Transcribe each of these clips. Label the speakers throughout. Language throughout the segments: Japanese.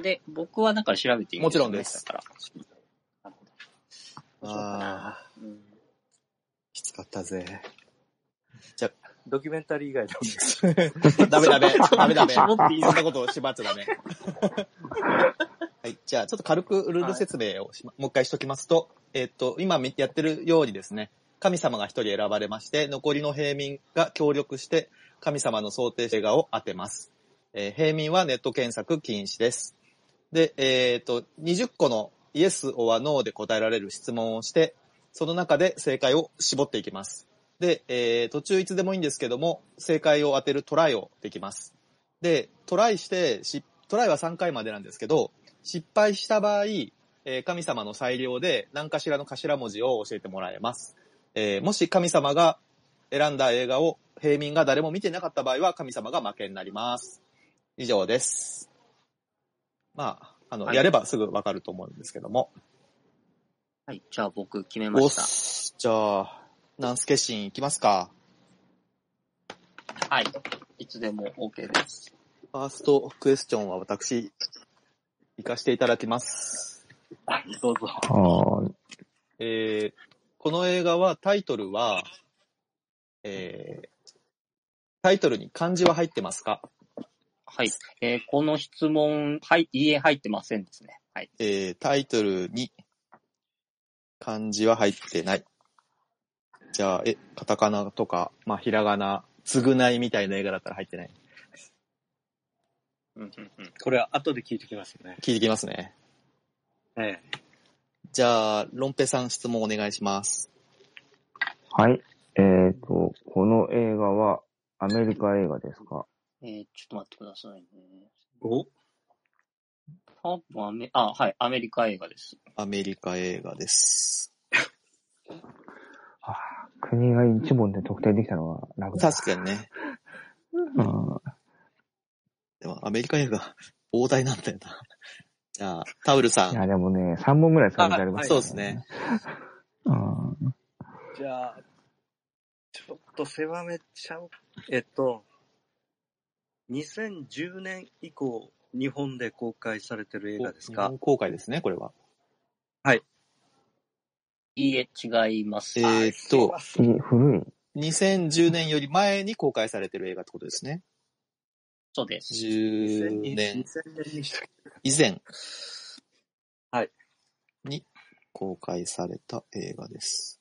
Speaker 1: で、僕はなんか調べてみ
Speaker 2: もちろんです
Speaker 1: から。
Speaker 2: ああ、
Speaker 1: うん
Speaker 2: きつかったぜ。
Speaker 3: ドキュメンタリー以外の。
Speaker 2: ダメダメ、ダメダメ。
Speaker 1: 絞
Speaker 2: そ
Speaker 1: っていい
Speaker 2: ん
Speaker 1: です
Speaker 2: なことを縛っちゃダメ。はい。じゃあ、ちょっと軽くルール説明をしまもう一回しときますと、えっと、今みやってるようにですね、神様が一人選ばれまして、残りの平民が協力して、神様の想定映画を当てます。えー平民はネット検索禁止です。で、えっと、20個のイエス、オア、ノーで答えられる質問をして、その中で正解を絞っていきます。で、えー途中いつでもいいんですけども、正解を当てるトライをできます。で、トライして、しトライは3回までなんですけど、失敗した場合、えー神様の裁量で何かしらの頭文字を教えてもらえます。えーもし神様が選んだ映画を平民が誰も見てなかった場合は神様が負けになります。以上です。まあ、あの、
Speaker 1: はい
Speaker 2: やればすぐわかると思うんですけども。
Speaker 1: はい、じゃあ僕決めま
Speaker 2: おっ
Speaker 1: した。
Speaker 2: す。じゃあ、南助シーンいきますか。
Speaker 1: はい。いつでも OK です。
Speaker 2: ファーストクエスチョンは私、行かせていただきます。
Speaker 1: はい、どうぞ。
Speaker 4: ああ、
Speaker 2: えー、この映画はタイトルは、えー、タイトルに漢字は入ってますか
Speaker 1: はい。えーこの質問、はい、いいえ入ってませんですね。はい。
Speaker 2: えー、タイトルに漢字は入ってない。じゃあ、え、カタカナとか、まあ、ひらがな、つぐないみたいな映画だったら入ってない。
Speaker 1: うんうんうん
Speaker 3: これは後で聞いてきますよね。
Speaker 2: 聞いてきますね。
Speaker 3: え
Speaker 2: じゃあ、ロンペさん質問お願いします。
Speaker 4: はい。えっ、と、この映画はアメリカ映画ですか
Speaker 1: えーちょっと待ってくださいね。
Speaker 3: お
Speaker 1: 多分アメ、あ、はい、アメリカ映画です。
Speaker 2: アメリカ映画です。
Speaker 4: 国が一問で特定できたのは楽だ。
Speaker 2: 確かにね。
Speaker 4: うん
Speaker 2: でも、アメリカ映画、膨大なんだよな。じゃあ、タウルさ
Speaker 4: い
Speaker 2: ん。
Speaker 4: や、でもね、3問ぐらいされてあります
Speaker 2: そうですね。。
Speaker 4: うん
Speaker 3: じゃあ、ちょっと狭めちゃおう。えっと、2010年以降、日本で公開されてる映画です
Speaker 2: 日
Speaker 3: か
Speaker 2: 本公開ですね、これは。
Speaker 1: いいえ、違います。
Speaker 2: えーっと、
Speaker 4: いい古い。
Speaker 2: 2010年より前に公開されてる映画ってことですね。
Speaker 1: そうです。
Speaker 2: 10
Speaker 3: 2000年
Speaker 2: 年
Speaker 3: にした
Speaker 2: 以前。
Speaker 3: はい。
Speaker 2: に公開された映画です。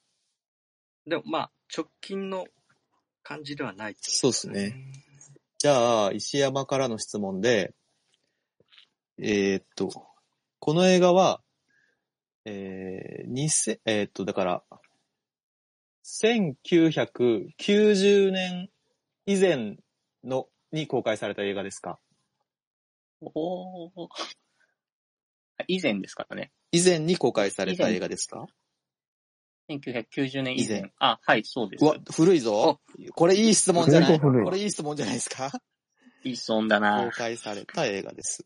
Speaker 3: でもまあ、直近の感じではない。
Speaker 2: そうですね。じゃあ、石山からの質問で、えーっと、この映画は、えー、2000えーっと、だから、1990年以前の、に公開された映画ですか
Speaker 1: おー以前ですからね。
Speaker 2: 以前に公開された映画ですか
Speaker 1: 1990年以前。
Speaker 2: 以前
Speaker 1: あ、はい、そうです
Speaker 2: う。わ、古いぞ。これいい質問じゃない
Speaker 4: 古いぞ古い
Speaker 2: これいい質問じゃないですか
Speaker 1: いい質問だ
Speaker 2: 公
Speaker 1: な。
Speaker 2: 開された映画です。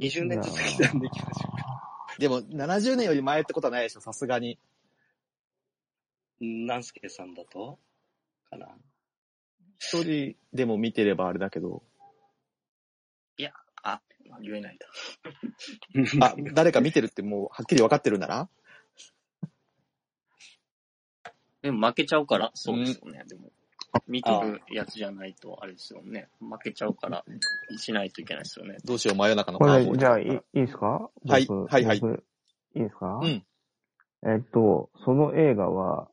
Speaker 3: 20年ずつ刻んでいきましょ
Speaker 2: でも、70年より前ってことはないでしょ、さすがに。
Speaker 3: う。南助さんだとかな。
Speaker 2: 一人でも見てればあれだけど。
Speaker 1: あ、言えないだ。
Speaker 2: あ、誰か見てるってもうはっきり分かってるなら
Speaker 1: でも負けちゃうから、そうですよね。でも、見て
Speaker 3: あ
Speaker 1: るやつじゃないと、あれですよね。負けちゃうから、しないといけないですよね。
Speaker 2: どうしよう、真夜中の
Speaker 4: こ
Speaker 2: カ
Speaker 4: れ
Speaker 2: ーボー、イ
Speaker 4: じゃあ、いいいですか
Speaker 2: はい
Speaker 4: 僕
Speaker 2: はいはい
Speaker 4: 僕いいですか
Speaker 2: うん。
Speaker 4: えっと、その映画は、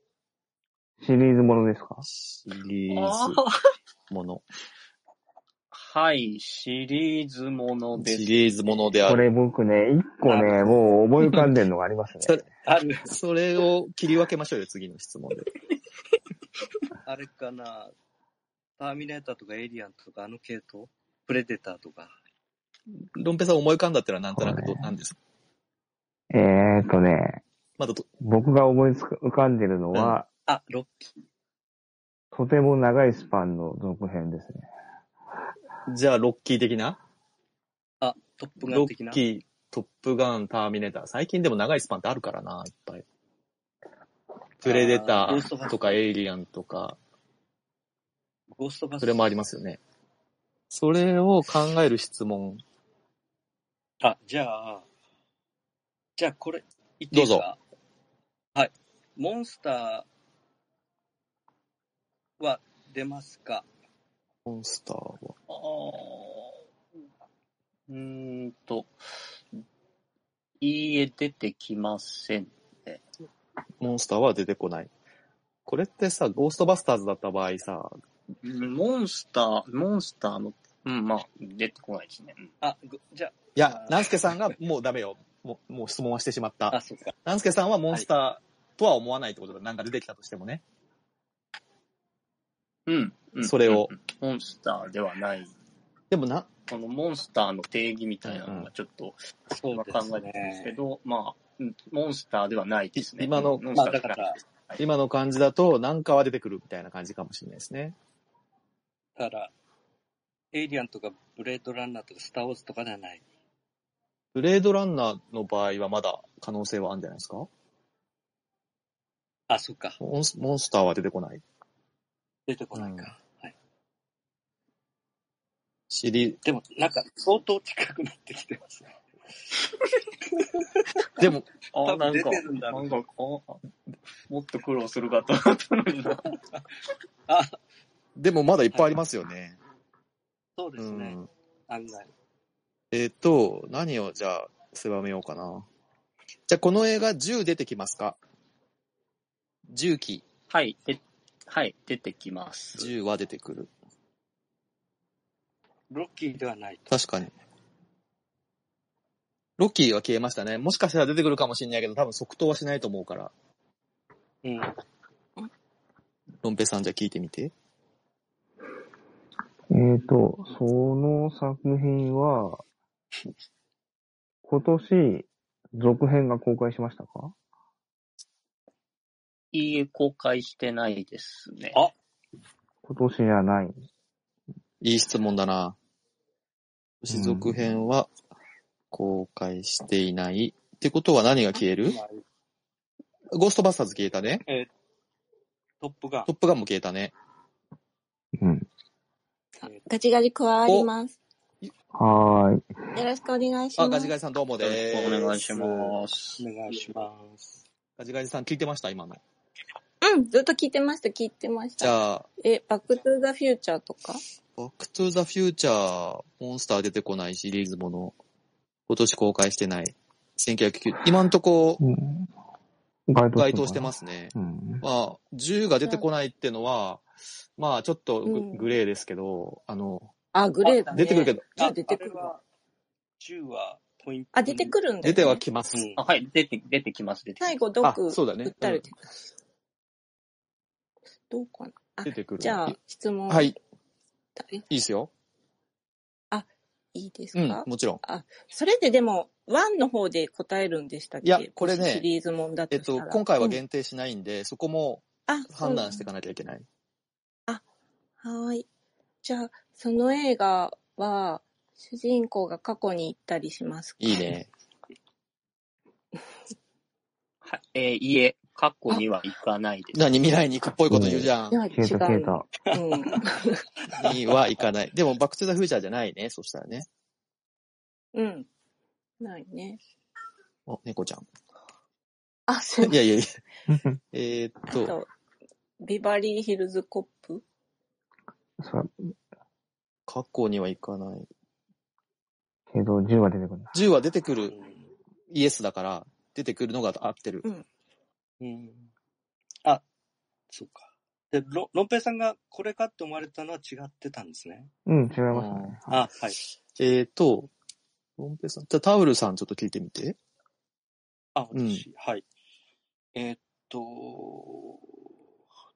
Speaker 4: シリーズものですか
Speaker 2: シリ
Speaker 1: あ
Speaker 2: ーズ
Speaker 1: ー
Speaker 2: もの。
Speaker 1: はい、シリーズもので
Speaker 2: シ
Speaker 1: す。
Speaker 2: リーズものであ
Speaker 4: こ
Speaker 2: る。
Speaker 4: れ僕ね、一個ね、もう思い浮かんでるのがありますね。
Speaker 2: それ
Speaker 3: ある、
Speaker 2: それを切り分けましょうよ、次の質問で。
Speaker 3: あれかな。ターミネーターとかエイリアンとか、あの系統プレデターとか。
Speaker 2: ロンペさん思い浮かんだってのはなんとなくど、なんです
Speaker 4: えーっとね、
Speaker 2: まだど、
Speaker 4: 僕が思いつく浮かんでるのは、
Speaker 3: あ、ロッキー。
Speaker 4: とても長いスパンの続編ですね。
Speaker 2: じゃあ、ロッキー的な
Speaker 3: あ、トップガ
Speaker 2: ロ
Speaker 3: ン的
Speaker 2: ッ
Speaker 3: な。
Speaker 2: キー、トップガン、ターミネーター。最近でも長いスパンってあるからな、いっぱい。プレデタ
Speaker 3: ゴーストバ
Speaker 2: ー
Speaker 3: ス
Speaker 2: とかエイリアンとか、
Speaker 3: ゴーストバスターズ
Speaker 2: それもありますよね。それを考える質問。
Speaker 3: あ、じゃあ、じゃあこれ、言っていいですかはい。モンスターは出ますか
Speaker 2: モンスターは。
Speaker 1: あーうーんと、いいえ、出てきません。
Speaker 2: モンスターは出てこない。これってさ、ゴーストバスターズだった場合さ、
Speaker 1: モンスター、モンスターの、うん、まあ、出てこないですね。うん
Speaker 3: あ、ごじゃ
Speaker 2: いや、南助さんがもうダメよ。もう、もう質問はしてしまっ
Speaker 3: あ、あ、
Speaker 2: た。
Speaker 3: そっか。
Speaker 2: 南助さんはモンスターとは思わないってことだ。なんか出てきたとしてもね。
Speaker 1: うん。うん、
Speaker 2: それを
Speaker 1: うん。モンスターではない。
Speaker 2: でもな、
Speaker 1: このモンスターの定義みたいなのがちょっと
Speaker 3: そう
Speaker 1: 今
Speaker 3: で
Speaker 1: 考
Speaker 3: す
Speaker 1: えてるんですけ
Speaker 3: ね。
Speaker 1: ど、まあ、うんモンスターではないですね。
Speaker 2: 今の
Speaker 1: うんモン
Speaker 3: ま
Speaker 1: ス
Speaker 3: あ
Speaker 1: タ
Speaker 3: だ
Speaker 1: ーか
Speaker 3: からら、
Speaker 2: 今の感じだと、なんかは出てくるみたいな感じかもしれないですね。
Speaker 3: だから、エイリアンとかブレードランナーとかスター・ウォーズとかではない。
Speaker 2: ブレードランナーの場合はまだ可能性はあるんじゃないですか
Speaker 3: あ、そっか。
Speaker 2: モンスモンスターは出てこない。
Speaker 3: 出てこないか。はい。
Speaker 2: シリ
Speaker 3: でも、なんか、相当近くなってきてますね。
Speaker 2: でも、
Speaker 1: あ
Speaker 3: 多分
Speaker 1: なん
Speaker 3: 出
Speaker 1: か
Speaker 3: て、るんだ
Speaker 1: な。
Speaker 3: ろうん
Speaker 1: か、あもっと苦労するかと思ったのにな。
Speaker 3: あ、
Speaker 2: でもまだいっぱいありますよね。
Speaker 3: そうです
Speaker 2: う
Speaker 3: ね。
Speaker 2: ん。
Speaker 3: 案外。
Speaker 2: えっ、と、何をじゃあ、狭めようかな。じゃあ、この映画10出てきますか ?10 期、
Speaker 1: はい、ではい、出てきます。
Speaker 2: 10は出てくる。
Speaker 3: ロッキーではないと。
Speaker 2: 確かに。ロッキーは消えましたね。もしかしたら出てくるかもしれないけど、多分即答はしないと思うから、
Speaker 3: うん。
Speaker 2: ロンペさんじゃあ聞いてみて。
Speaker 4: えーと、その作品は、今年、続編が公開しましたか
Speaker 1: いいえ、公開してないですね。
Speaker 3: あ
Speaker 4: 今年じゃない。
Speaker 2: いい質問だな。星続編は公開していない。ってことは何が消える
Speaker 3: まあ
Speaker 2: ゴーストバスターズ消えたね。
Speaker 3: トップガン
Speaker 2: トッ。プガンも消えたね。
Speaker 4: うん。
Speaker 5: ガチガチ加わります。
Speaker 4: はーい。
Speaker 5: よろしくお願いします。
Speaker 2: あ、ガジガジさんどうも
Speaker 1: よろ
Speaker 2: で
Speaker 1: し
Speaker 2: す。
Speaker 1: くお願いします。
Speaker 3: お願いします。
Speaker 2: ガジガジさん聞いてました今の。
Speaker 5: うん、ずっと聞いてました、聞いてまし
Speaker 2: じ
Speaker 5: た。
Speaker 2: ゃあ、
Speaker 5: え、バックトゥーザフューチャーとか
Speaker 2: バックトゥーザフューチャー、モンスター出てこないシリーズもの、今年公開してない。1990、今んとこ
Speaker 4: うん該。
Speaker 2: 該当してますすね。
Speaker 4: うん。
Speaker 2: まあ、銃が出てこないってのは、まあ、ちょっとグ,、
Speaker 5: うん
Speaker 2: レーですけど、あの、
Speaker 5: あ、グレーだね。
Speaker 2: 出てくるけど、
Speaker 5: 銃
Speaker 3: あ
Speaker 5: 出てくる
Speaker 3: あれ
Speaker 5: わ。
Speaker 3: は、銃はポイント。
Speaker 5: あ、出てくるんだ、ね。
Speaker 2: 出てはきます。
Speaker 3: うん
Speaker 1: あはい、出て、出てきます、出てきます
Speaker 5: 最後、毒
Speaker 2: あ、
Speaker 5: 撃
Speaker 2: そうだね。
Speaker 5: ったり
Speaker 2: うん
Speaker 5: とか、どうかな。あ
Speaker 2: 出、てくる。
Speaker 5: じゃあ、質問。
Speaker 2: はい、い
Speaker 5: い
Speaker 2: いですよ。
Speaker 5: いです
Speaker 2: うん
Speaker 5: か、、
Speaker 2: もちろん。
Speaker 5: それででも、ワンの方で答えるんでしたっけ
Speaker 2: いやこれね
Speaker 5: もしシリーズもんだ
Speaker 2: えっ
Speaker 5: とした
Speaker 2: と
Speaker 5: ら。、
Speaker 2: 今回は
Speaker 5: うん
Speaker 2: 限定しないんで、そこも
Speaker 5: あ、
Speaker 2: 判断してい
Speaker 5: か
Speaker 2: かなきゃいけない。
Speaker 5: はーい。じゃあ、その映画は、主人公が過去に行ったりしますか
Speaker 2: いい。ね。
Speaker 1: はい、えー、いいえ、過去には行かないです。
Speaker 2: 何未来に行くっぽいこと言うじゃん
Speaker 5: い。や、違
Speaker 4: 消えた消え
Speaker 5: うの。
Speaker 4: た。
Speaker 5: う ん。
Speaker 2: には行かない。でも、バックトゥザフューチャーじゃないね。そしたらね。
Speaker 5: うん。ないね。
Speaker 2: お、猫ちゃん。
Speaker 5: あ、そう
Speaker 2: いやいやいや。えーっと、
Speaker 5: と。ビバリーヒルズコップ
Speaker 4: さ
Speaker 2: 過去には行かない。
Speaker 4: けど、10は出てくるんだ。
Speaker 2: 銃は出てく
Speaker 3: う
Speaker 2: る、
Speaker 3: ん
Speaker 2: イエスだから、出てくるのが合ってる。
Speaker 3: うん。あ、そうか。で、ロロンペイさんがこれかって思われたのは違ってたんですね。
Speaker 4: うん、違いましたね。
Speaker 3: あ、はい。
Speaker 2: えーっと、ロンペさん、じゃあタウルさんちょっと聞いてみて。
Speaker 3: あ、
Speaker 2: うん
Speaker 3: 私、はい。えーっと、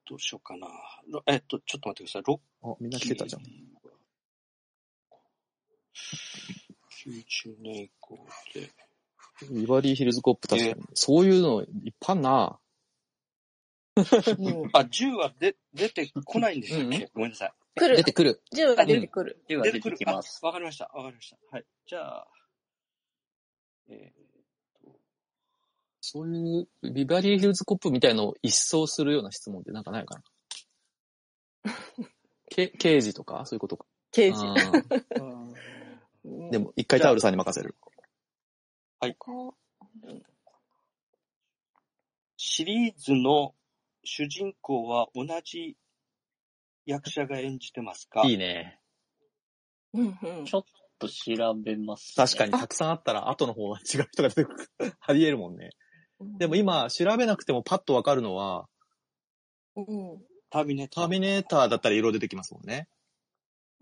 Speaker 3: どうしようかな。ロえーっと、ちょっと待ってください。ロ
Speaker 2: あ、みんな
Speaker 3: ッ
Speaker 2: 来
Speaker 3: キー
Speaker 2: てたじゃん。。
Speaker 3: 90年以降で。
Speaker 2: ビバリーヒルズコップ確かに。そういうの、いっぱいあんな。
Speaker 5: うん。
Speaker 3: あ、銃はで出てこないんでしたっけ、ごめんなさい。
Speaker 5: 来
Speaker 2: 出
Speaker 5: る
Speaker 2: て。くる。
Speaker 5: 銃が出てくる。
Speaker 1: では出てき
Speaker 3: あ
Speaker 1: ます。
Speaker 3: わかりました。わかりました。はい。じゃあ、え
Speaker 2: そういう、ビバリーヒルズコップみたいのを一掃 するような質問ってなんかないかな。け刑事とかそういうことか。
Speaker 5: 刑事。
Speaker 2: う
Speaker 5: うん
Speaker 2: んでも、一回タオルさんに任せる。
Speaker 5: こ
Speaker 3: シリーズの主人公は同じ役者が演じてますか
Speaker 2: いいね。
Speaker 5: ううんうん
Speaker 1: ちょっと調べます、
Speaker 2: 確かに、。たくさんあったら、後の方は違う人が出て くる。あり得るもんね。
Speaker 5: うん
Speaker 2: でも、今、調べなくてもパッとわかるのは、
Speaker 5: うん
Speaker 3: ターミネータ
Speaker 2: タ
Speaker 3: ー。
Speaker 2: ーミネーターだったら色々出てきますもんね。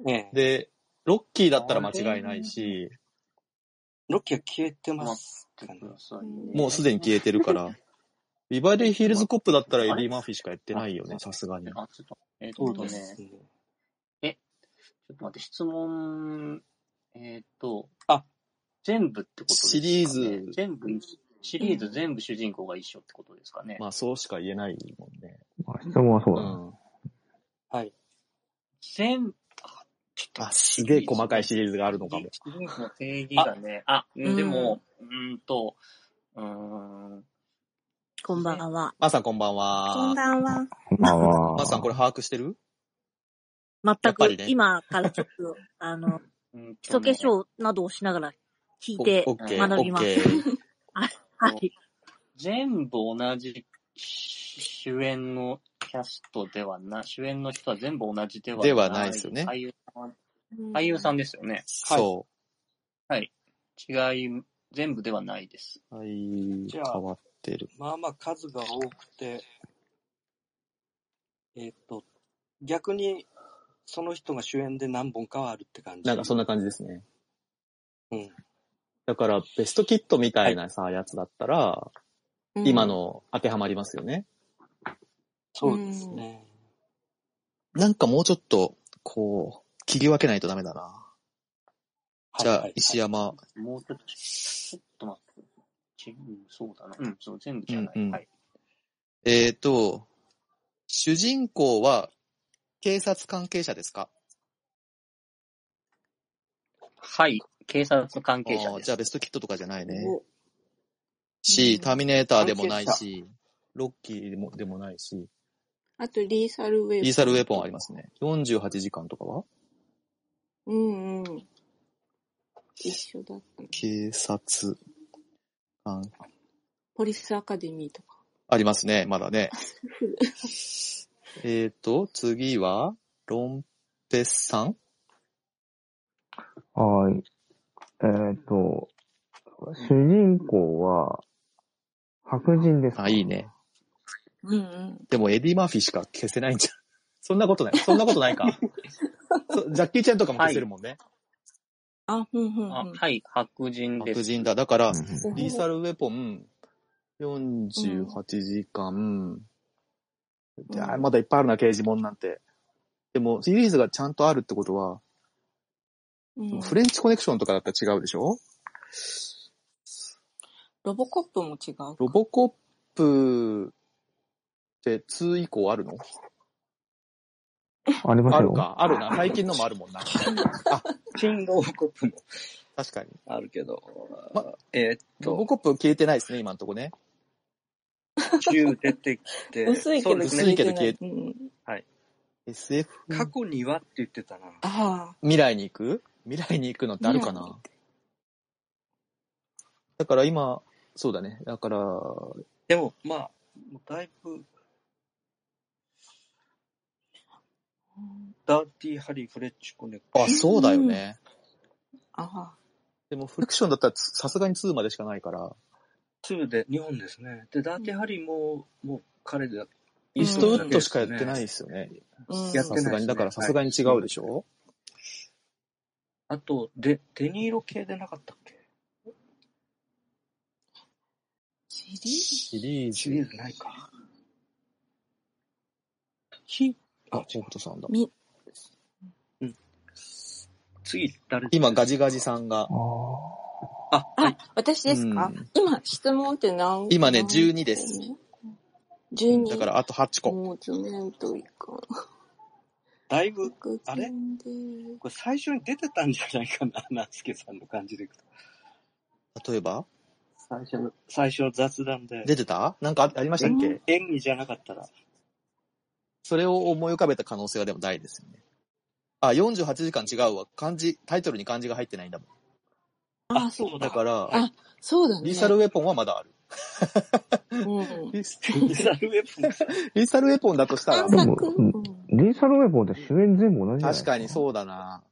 Speaker 3: ええ
Speaker 2: で、ロッキーだったら間違いないし、
Speaker 3: ロッキーは消えてますかね。
Speaker 5: うん
Speaker 2: もうすでに消えてる から。ビバリーヒルズコップだったらエディ・マーフィーしかやってないよね、さすがに。
Speaker 1: あ、ちょっと、えっ、
Speaker 3: そう
Speaker 1: と
Speaker 3: で
Speaker 1: ね、
Speaker 3: す
Speaker 1: ち
Speaker 3: ね。
Speaker 1: ょっと待って、質問、えっ、と、
Speaker 3: あ、
Speaker 1: 全部ってことですか、ね、
Speaker 2: シリーズ
Speaker 1: 全部、シリーズ全部主人公が一緒ってことですかね。
Speaker 2: まあ、そうしか言えないもんね。
Speaker 4: まあ質問はそう
Speaker 2: う
Speaker 4: だな。
Speaker 2: ん。
Speaker 3: はい。
Speaker 1: 全、あ、ちょっ
Speaker 2: あ、
Speaker 1: と、
Speaker 2: すげえ細かいシリーズがあるのかも。
Speaker 1: シリーズの定義がね、あ、うんでも、うーんと、うーん、
Speaker 6: こんばんは。
Speaker 2: まーさんこんばんは。
Speaker 5: こんばんは。
Speaker 4: こんばんは。
Speaker 2: まーさんこれ把握してるや
Speaker 6: 全
Speaker 2: っぱ
Speaker 6: く
Speaker 2: りね
Speaker 6: 今からちょっ と、あの、
Speaker 1: うん
Speaker 6: 基
Speaker 1: と
Speaker 6: 礎化
Speaker 1: ね
Speaker 6: 粧などをしながら聞いて
Speaker 2: おオッケー、
Speaker 6: 学びます
Speaker 2: オッケー
Speaker 6: はい。
Speaker 1: 全部同じ主演のキャストではな、主演の人は全部同じではない。
Speaker 2: ではないですよね
Speaker 1: 俳優さんは俳優さんですよね。
Speaker 2: そ
Speaker 1: 違い、全部ではないです。
Speaker 2: う。はい、
Speaker 3: じ
Speaker 2: 変
Speaker 3: ゃあ
Speaker 2: わってる。
Speaker 3: まあまあ数が多くて、えっ、と、逆にその人が主演で何本かはあるって感じ。
Speaker 2: なんかそんな感じですね。
Speaker 3: うん。
Speaker 2: だから、ベストキットみたいなさ、やつだったら、
Speaker 5: うん
Speaker 2: 今。の当てはまりますよね。
Speaker 3: そうですね。
Speaker 2: なんかもうちょっと、こう、切り分けないとダメだな。じ
Speaker 3: はい
Speaker 2: ゃ
Speaker 3: は
Speaker 2: あ
Speaker 3: い、
Speaker 2: 石山。
Speaker 1: もうちょっと、ちょっと待って。ちうんそうだな。うん、そう、全部じゃない。
Speaker 2: うんうん
Speaker 1: はい。
Speaker 2: えーと、主人公は、警察関係者ですか
Speaker 1: はい。警察関係
Speaker 2: あ
Speaker 1: 者
Speaker 2: ー
Speaker 1: です。
Speaker 2: じゃあベストキットとかじゃないね。
Speaker 6: お
Speaker 2: し、
Speaker 6: うん
Speaker 2: ターミネーターでもない
Speaker 3: 関
Speaker 2: し、ロッキーでもでもないし、
Speaker 5: あと、リーサルウェブ。
Speaker 2: リーサルウェポンありますね。48時間とかは
Speaker 5: うんうん。一緒だったの。
Speaker 2: 警察官、
Speaker 5: ポリスアカデミーとか。
Speaker 2: ありますね、ま だね。えーと、次は、ロンペスさん
Speaker 4: はい。えっ、と、主人公は、白人ですか
Speaker 2: あ、いいね。
Speaker 5: うんうん。
Speaker 2: でも、エディ・マーフィーしか消せないんじゃん。 そんなことない。そんなことないか。そジャッキー・チェンとかも消せるもんね。
Speaker 5: あ、うんうん
Speaker 1: あ
Speaker 5: うん。
Speaker 1: はい。白人です。
Speaker 2: 白人だ。だから
Speaker 4: うん、
Speaker 5: うん
Speaker 2: リーサルウェポン、48時間、
Speaker 5: うん
Speaker 2: あーまだいっぱいあるな、刑事もんなんて。でも、シリーズがちゃんとあるってことは、
Speaker 5: うん
Speaker 2: フレンチコネクションとかだったら違うでしょ
Speaker 5: ロボコップも違う。
Speaker 2: ロボコップって2以降あるの
Speaker 4: ありますよ。
Speaker 2: あるか。あるな。最近のもあるもんな。
Speaker 3: 新郎コップも
Speaker 2: 確かに。
Speaker 3: あるけど、
Speaker 2: ま
Speaker 3: えーっ
Speaker 2: ロボ
Speaker 3: と、
Speaker 2: コップ消えてないですね、今んとこね。
Speaker 3: 10出てき て、
Speaker 5: 薄いけど
Speaker 2: そう
Speaker 5: 消えて
Speaker 2: 薄いけど
Speaker 5: な
Speaker 2: 消え
Speaker 5: い。うん、
Speaker 2: SF?
Speaker 3: 過去にはって言ってたな。
Speaker 5: ああ。
Speaker 2: 未来に行く未来に行くのってあるか
Speaker 5: 未
Speaker 2: なだから今、そうだね。だから、
Speaker 3: でも、まあ、もうだいぶ、ダーティーハリー・フレッチ・コネク
Speaker 2: あ、そうだよね。
Speaker 5: あ
Speaker 2: でも、フレクションだったらつさすがに2までしかないから、
Speaker 3: ト2で日本ですね。で、ダーティーハリーも、もう彼で
Speaker 2: イーストウッドしかやってないですよね。
Speaker 5: あ。うん。
Speaker 3: やっ
Speaker 2: さ
Speaker 3: て
Speaker 2: す
Speaker 3: ないで
Speaker 2: が
Speaker 3: す
Speaker 2: に。
Speaker 3: ね
Speaker 2: だからさすがに違うでしょ、
Speaker 3: あと、デ、デニーロ系でなかったっけ
Speaker 5: シリーズ
Speaker 2: シリー
Speaker 3: シリ
Speaker 2: ズ。
Speaker 3: ーズないか。ひ、
Speaker 2: あ、ホークトさんだ。
Speaker 5: み、
Speaker 3: 次、誰
Speaker 2: 今、ガジガジさんが、
Speaker 3: あ、
Speaker 4: あ
Speaker 3: はい
Speaker 5: あ。、私ですか、
Speaker 2: うん
Speaker 5: 今、質問って何
Speaker 2: 今ね
Speaker 5: 何
Speaker 2: 12です。
Speaker 5: 12。
Speaker 2: だからあと8個。
Speaker 5: もう図面といかん。
Speaker 3: だいぶ、
Speaker 5: 白
Speaker 3: あれ
Speaker 5: 人で
Speaker 3: これ最初に出てたんじゃないかな、 ナスケさんの感じでいくと。
Speaker 2: 例えば
Speaker 3: 最初の、最初の雑談で。
Speaker 2: 出てたなんかあありましたっけ、
Speaker 5: うん
Speaker 3: 演技じゃなかったら。
Speaker 2: それを思い浮かべた可能性はでも大ですよね。あ、48時間違うわ。漢字、タイトルに漢字が入ってないんだもん。
Speaker 5: あ、そう
Speaker 2: だから、
Speaker 5: あ、そうだね。
Speaker 2: リーサルウェポンはまだある。
Speaker 5: うん。
Speaker 2: リス
Speaker 3: リサルウェポン。
Speaker 2: リーサルウェポンだとしたら
Speaker 5: 探、
Speaker 4: でも
Speaker 5: 索
Speaker 4: うん
Speaker 5: うん
Speaker 4: リーサルウェポンって主演全部同じじゃない
Speaker 2: 確かに
Speaker 4: う。
Speaker 2: そうだな。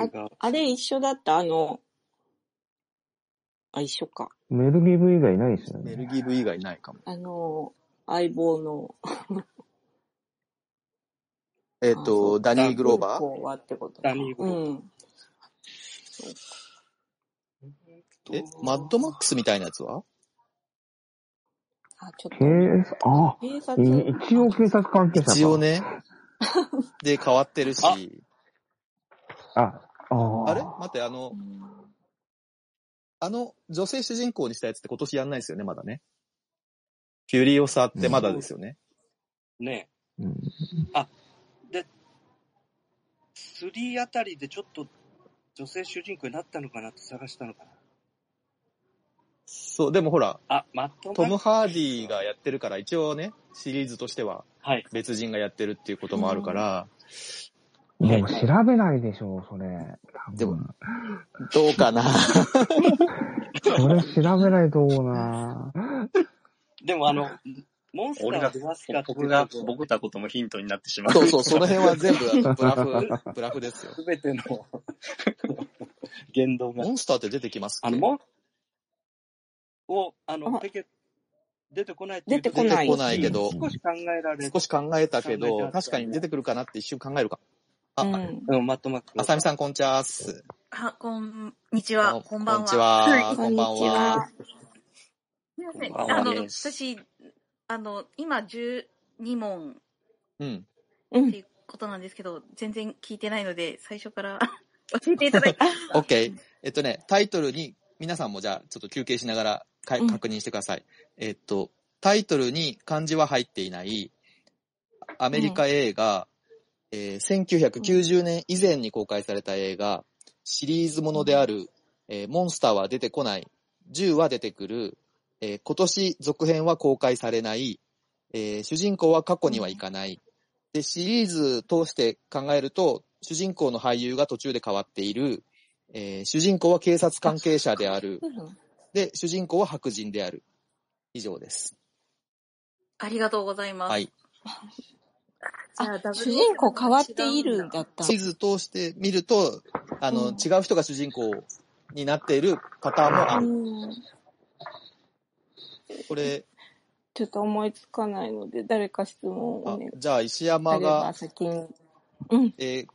Speaker 3: 違う。
Speaker 5: あれ一緒だったあの、あ、一緒か。
Speaker 4: メルギブ以外ないですよ
Speaker 2: メ
Speaker 4: ね。
Speaker 2: ルギブ以外ないかも。
Speaker 5: あの、相棒の、
Speaker 2: え
Speaker 5: あ
Speaker 2: っ、
Speaker 5: そ
Speaker 2: と、
Speaker 5: う
Speaker 2: ダニー・グローバー
Speaker 5: こうはってこと
Speaker 3: ダニーグ
Speaker 5: う
Speaker 3: ローバー
Speaker 5: ん。
Speaker 2: え、マッドマックスみたいなやつは
Speaker 5: あ、ちょっと、
Speaker 4: 警察、あ、
Speaker 5: 警
Speaker 4: い
Speaker 5: 察、
Speaker 4: 一応警察関係者か。
Speaker 2: 一応。ね。で、変わってるし。
Speaker 3: あ
Speaker 4: あ、あー
Speaker 2: あれ待って、あの
Speaker 5: う、ん
Speaker 2: あの、女性主人公にしたやつって今年やんないですよね、まだね。キュリオサってまだですよね。
Speaker 3: ね。
Speaker 4: うん。
Speaker 3: 3あたりでちょっと女性主人公になったのかなって探したのかな。
Speaker 2: そう、でもほら、
Speaker 3: あ、マットマ
Speaker 2: ト
Speaker 3: ック
Speaker 2: ム・
Speaker 3: ス
Speaker 2: ハーディがやってるから、一応ね、シリーズとしては
Speaker 3: はい。
Speaker 2: 別人がやってるっていうこともあるから、
Speaker 4: でも調べないでしょう、それ。
Speaker 2: で
Speaker 4: 多
Speaker 2: も
Speaker 4: 分。
Speaker 2: どうか な
Speaker 4: それ調べないと思う な
Speaker 3: でもあの、モンスタ
Speaker 1: 俺
Speaker 3: ー
Speaker 1: が
Speaker 3: 出ますか、
Speaker 1: 僕が
Speaker 3: と、
Speaker 1: 僕たこともヒントになってしまう。
Speaker 2: そうそう、その辺は全部ブラ フ、ブラフですよ。
Speaker 3: すべての 言動が
Speaker 2: モ。ンスターって出てきますっ
Speaker 3: あ
Speaker 2: け
Speaker 3: の、モンを、あの、
Speaker 5: あ
Speaker 3: ペケ、出てこないって
Speaker 5: 出てこ
Speaker 2: 出
Speaker 5: な
Speaker 2: て
Speaker 5: い。
Speaker 2: こないけど、
Speaker 3: 少し考えられる
Speaker 2: 少。し考えたけ
Speaker 3: 考えた
Speaker 2: ど、
Speaker 3: ら
Speaker 2: 確かに出てくるかなって一瞬考えるか。
Speaker 5: う
Speaker 2: あ、
Speaker 5: ん。
Speaker 3: うん、マットマックス。
Speaker 2: あさみさんこんちゃーす。
Speaker 6: あ、こんにちは。こんば
Speaker 2: こ
Speaker 6: んは。
Speaker 2: んちは。
Speaker 5: こ
Speaker 2: こ
Speaker 5: ん
Speaker 2: ん
Speaker 5: に
Speaker 2: ばん
Speaker 5: ち
Speaker 2: は
Speaker 5: は。。
Speaker 6: すいません。
Speaker 1: こんばんは
Speaker 6: あの、
Speaker 1: です
Speaker 6: 私、あの、今12問
Speaker 2: うん。
Speaker 5: う
Speaker 6: っ
Speaker 5: ん
Speaker 6: て。いうことなんですけど、全然聞いてないので、最初から 教えていただきました。
Speaker 2: OK。えっとね、タイトルに、皆さんもじゃあ、ちょっと休憩しながらか
Speaker 5: うん
Speaker 2: 確認してください。えっと、タイトルに漢字は入っていない、アメリカ映画、えー1990年以前に公開された映画、シリーズものである、えーモンスターは出てこない、銃は出てくる、えー今年続編は公開されない、えー主人公は過去にはいかない、で、シリーズ通して考えると、主人公の俳優が途中で変わっている、えー主人公は警察関係者である、で、主人公は白人である。以上です。
Speaker 6: ありがとうございます。
Speaker 2: はい。
Speaker 6: じゃあ、
Speaker 5: あ、
Speaker 6: W
Speaker 5: 主人公変わっているんだった
Speaker 2: シ。リーズ通して見ると、あの、
Speaker 5: うん
Speaker 2: 違う人が主人公になっているパターンもあ
Speaker 5: う
Speaker 2: る。
Speaker 5: ん。
Speaker 2: これ、
Speaker 5: ちょっと思いつかないので、誰か質問
Speaker 2: あ
Speaker 5: お願い。
Speaker 2: じゃあ石山
Speaker 5: 誰が
Speaker 2: が、
Speaker 5: 先に。うん。
Speaker 2: えー、